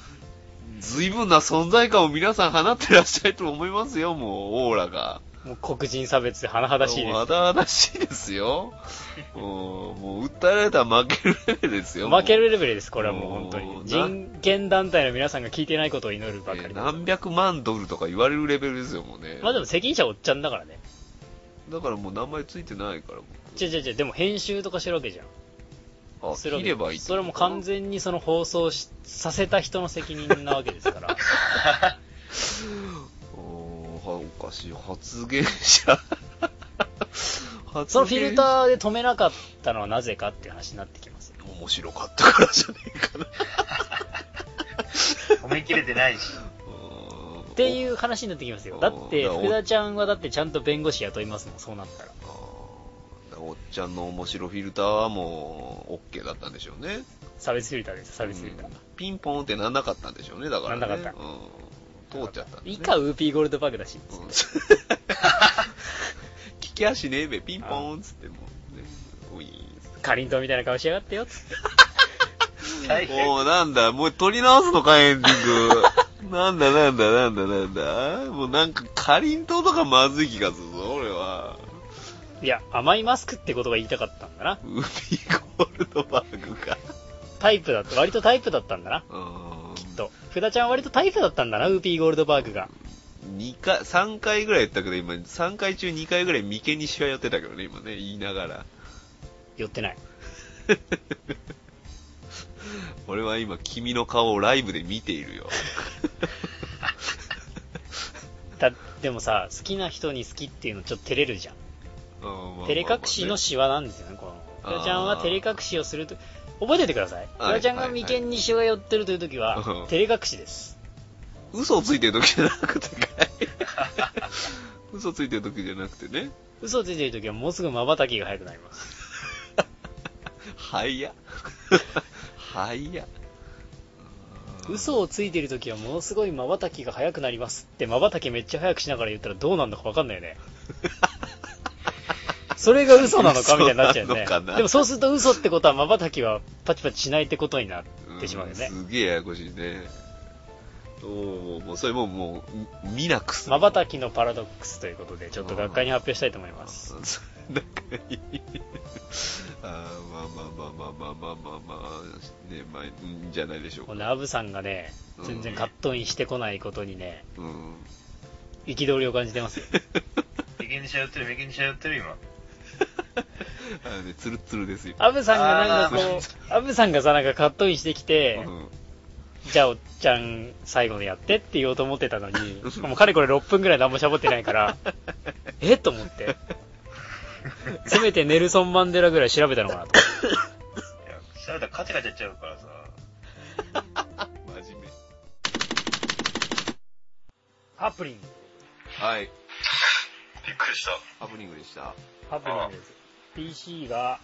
S1: 随分な存在感を皆さん放ってらっしゃると思いますよ、もう、オーラが。
S2: もう黒人差別で甚だしいで
S1: もう
S2: す。
S1: 肌々しいですよ。うんもう、訴えられたら負けるレベルですよ。もう
S2: 負けるレベルです、これはもう本当
S1: も
S2: に。
S1: う
S2: 人権団体の皆さんが聞いてないことを祈るばかり
S1: えー
S2: で
S1: 何百万ドルとか言われるレベルですよ、もうね。
S2: まあでも責任者おっちゃんだからね。
S1: だからもう名前ついてないから、僕
S2: 違う違う違う、でも編集とかしてるわけじゃん。
S1: あ、
S2: するわ
S1: 切
S2: け
S1: ればいいって
S2: それも完全にその放送しさせた人の責任なわけです から。
S1: おーはおかしい。発言者。 発
S2: そのフィルターで止めなかったのはなぜかって話になってきますよ。
S1: 面白かったからじゃねえかな。
S3: 褒めきれてないし。
S2: って
S1: う
S2: いう話になってきますよ。だって、
S1: うん
S2: 福田ちゃんはだってちゃんと弁護士雇いますもん、そうなったら。
S1: ん。あーおっちゃんの面白フィルターはもう、OK だったんでしょうね。
S2: 差別フィルターです、差別フィルター。
S1: うんピンポンってなんなかったんでしょうね、だから、ね。
S2: なんなかっ
S1: うん。通っちゃったんでね、
S2: 以下、ウーピーゴールドバーグだし。
S1: うん聞きやしねえべ、ピンポーンっつってもう、ね、おい
S2: かりんとうみたいな顔しやがってよ、つって。
S3: 大変。
S1: もうなんだ、もう取り直すのか、エンディング。 なんだなんだなんだなんだ。もうなんか、かりんとうとかまずい気がするぞ、俺は。
S2: いや、甘いマスクってことが言いたかったんだな。
S1: ウーピーゴールドバーグか。
S2: タイプだった、割とタイプだったんだな。
S1: うーん。き
S2: と。福田ちゃんは割とタイプだったんだな、ウーピーゴールドバーグが。
S1: 2回、3回ぐらい言ったけど、今、3回中2回ぐらい眉間にしわ寄ってたけどね、今ね、言いながら。
S2: 寄ってない。
S1: 俺は今、君の顔をライブで見て いるよ。
S2: だ、でもさ、好きな人に好きっていうのちょっと照れるじゃん。
S1: うんまあまあまあね
S2: 照れ隠しのシワなんですよね、この。
S1: あ
S2: 福
S1: ー
S2: 田ちゃんは照れ隠しをすると、覚えててください。福田ちゃんが眉間にシワ寄ってるという時は
S1: はいはい、
S2: 照れ隠しです。
S1: 嘘をついてる時じゃなくてかい 嘘ついてる時じゃなくてね。
S2: 嘘をついてる時はもうすぐ瞬きが早くなります。
S1: はいや。はいや。
S2: 嘘をついてる時はものすごい瞬きが早くなりますって瞬きめっちゃ早くしながら言ったらどうなんだか分かんないよねそれが嘘なのかみたいになっちゃうよね
S1: 嘘なのかな
S2: でもそうすると嘘ってことは瞬きはパチパチしないってことになってしまうよね
S1: んすげえややこしいね。おーもうそれもうもう、み見なくする。
S2: 瞬きのパラドックスということでちょっと学会に発表したいと思います
S1: そんな感じあーまあまあまあまあまあまあまあまあ、ね、まあ、いいんじゃないでしょう
S2: こ
S1: か。
S2: のアブさんがね全然カットインしてこないことにね
S1: うん。
S2: 憤りを感じてますよ
S3: 右にしゃ寄ってる、右にしゃ寄ってる、今。
S1: あのね、ツルッツルですよ。
S2: アブさんがなんかこうアブさんがさなんかカットインしてきて、
S1: うん
S2: じゃあおっちゃん最後のやってって言おうと思ってたのに、もうかれこれ6分ぐらい何も喋ってない から、えっと思って。せめてネルソン・マンデラぐらい調べたのかなと。
S3: いや、しゃべったらカチャカチャやっちゃうからさ。
S1: 真面目。
S2: ハプリング。
S1: はい。
S3: びっくりした。
S1: ハプニングでした。
S2: ハプニングです。PC が、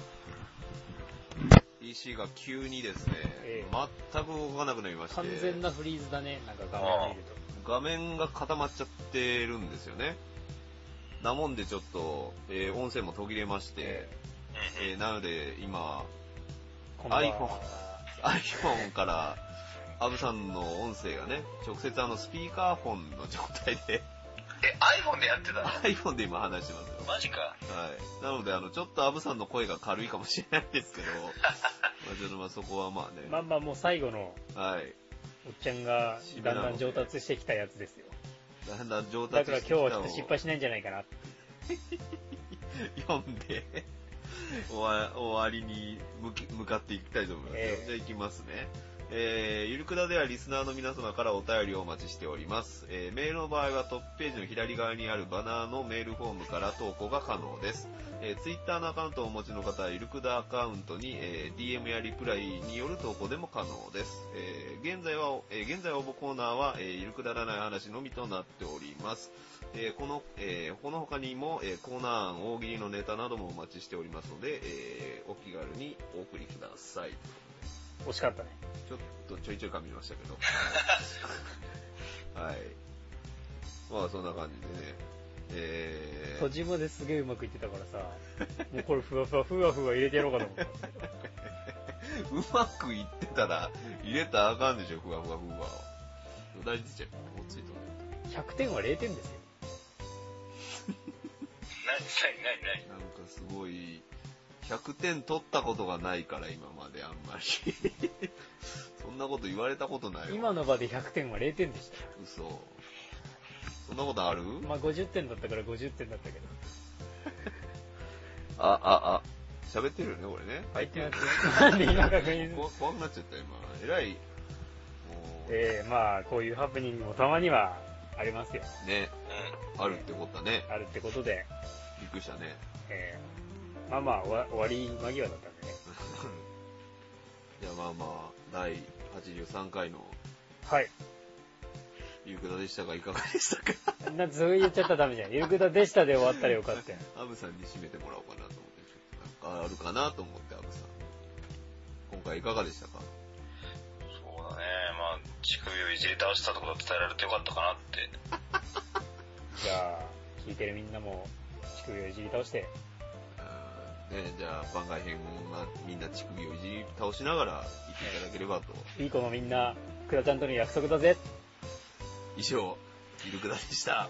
S1: PC が急にですね、
S2: え
S1: 全く動かなくなりまして、
S2: 完全なフリーズだね、なんか画面見る
S1: 画面が固まっちゃってるんですよね。なもんでちょっと、えー音声も途切れまして、えーなので今、
S2: と。こんばんは
S1: iPhone から、アブさんの音声がね、直接あのスピーカーフォンの状態で、
S3: え、iPhone でやってたの
S1: iPhone で今話してますよ。
S3: マジか。
S1: はい。なので、あの、ちょっとアブさんの声が軽いかもしれないで すけど、まあちょっとまあそこはま
S2: ま
S1: あ
S2: あまあもう最後の、
S1: ね、はい。
S2: おっちゃんがだんだん上達してきたやつですよ。
S1: だんだん上
S2: だ
S1: 達
S2: から
S1: して
S2: 今
S1: き
S2: 日
S1: たのを
S2: はちょっと失敗しないんじゃないかな。
S1: 読んで 終わ終わりに向き向かっていきたいと思いますよ、
S2: ええ
S1: じゃあ行きますねえー、ゆるくだではリスナーの皆様からお便りをお待ちしております、えー、メールの場合はトップページの左側にあるバナーのメールフォームから投稿が可能です、えー、ツイッターのアカウントをお持ちの方はゆるくだアカウントに、えー DM やリプライによる投稿でも可能です、えー、現在は、えー現在応募コーナーは、えー、ゆるくだらない話のみとなっておりますえーこの、えーこの他にも、えーコーナー案、大喜利のネタなどもお待ちしておりますので、えーお気軽にお送りください。
S2: 惜しかったね。
S1: ちょっとちょいちょい噛みましたけど。はい。まあそんな感じでね。え
S2: 途
S1: ー、
S2: 中まですげえうまくいってたからさ、もうこれふわふわふわふわ入れてやろうかと思った。
S1: うまくいってたら、入れたらあかんでしょ、ふわふわふわを。大事じゃん。もうついとる
S2: 100点は0点ですよ。
S3: ないないない。
S1: なんかすごい、100点取ったことがないから今まであんまり。 そんなこと言われたことないわ。
S2: 今の場で100点は0点でし
S1: 嘘。そんなことある
S2: た。まあ50点だったから50点だったけど。
S1: あ、あ、あ、喋ってるよね、俺ね。入ってる。
S2: なんで今確認する
S1: 怖怖くなっちゃった、今。えらい。もう、
S2: ええまあこういうハプニングもたまにはありますよ。
S1: ね、
S3: う
S1: あるってことだね。
S2: あるってことで、
S1: びっくりしたね。
S2: ええまあまあ終わ終わり間際だったんでね。
S1: じゃあまあまあ、第83回の
S2: はい。
S1: ゆうくだでしたが、いかがでしたか
S2: そんなずー言っちゃったらダメじゃん。ゆるくだでしたで終わったらよかったよ。
S1: アブさんに締めてもらおうかなと思って、ちょっとなんかあるかなと思って、アブさん。今回いかがでしたか
S3: ん。そうだね。まあ、乳首をいじり倒したところ伝えられてよかったかなって。
S2: じゃあ、聞いてるみんなも、乳首をいじり倒して、
S1: あーね、じゃあ番外編はみんな乳首をいじり倒しながら行っていただければと。
S2: いい子のみんな、クラちゃんとの約束だぜ
S1: 以上、ゆるくだでした。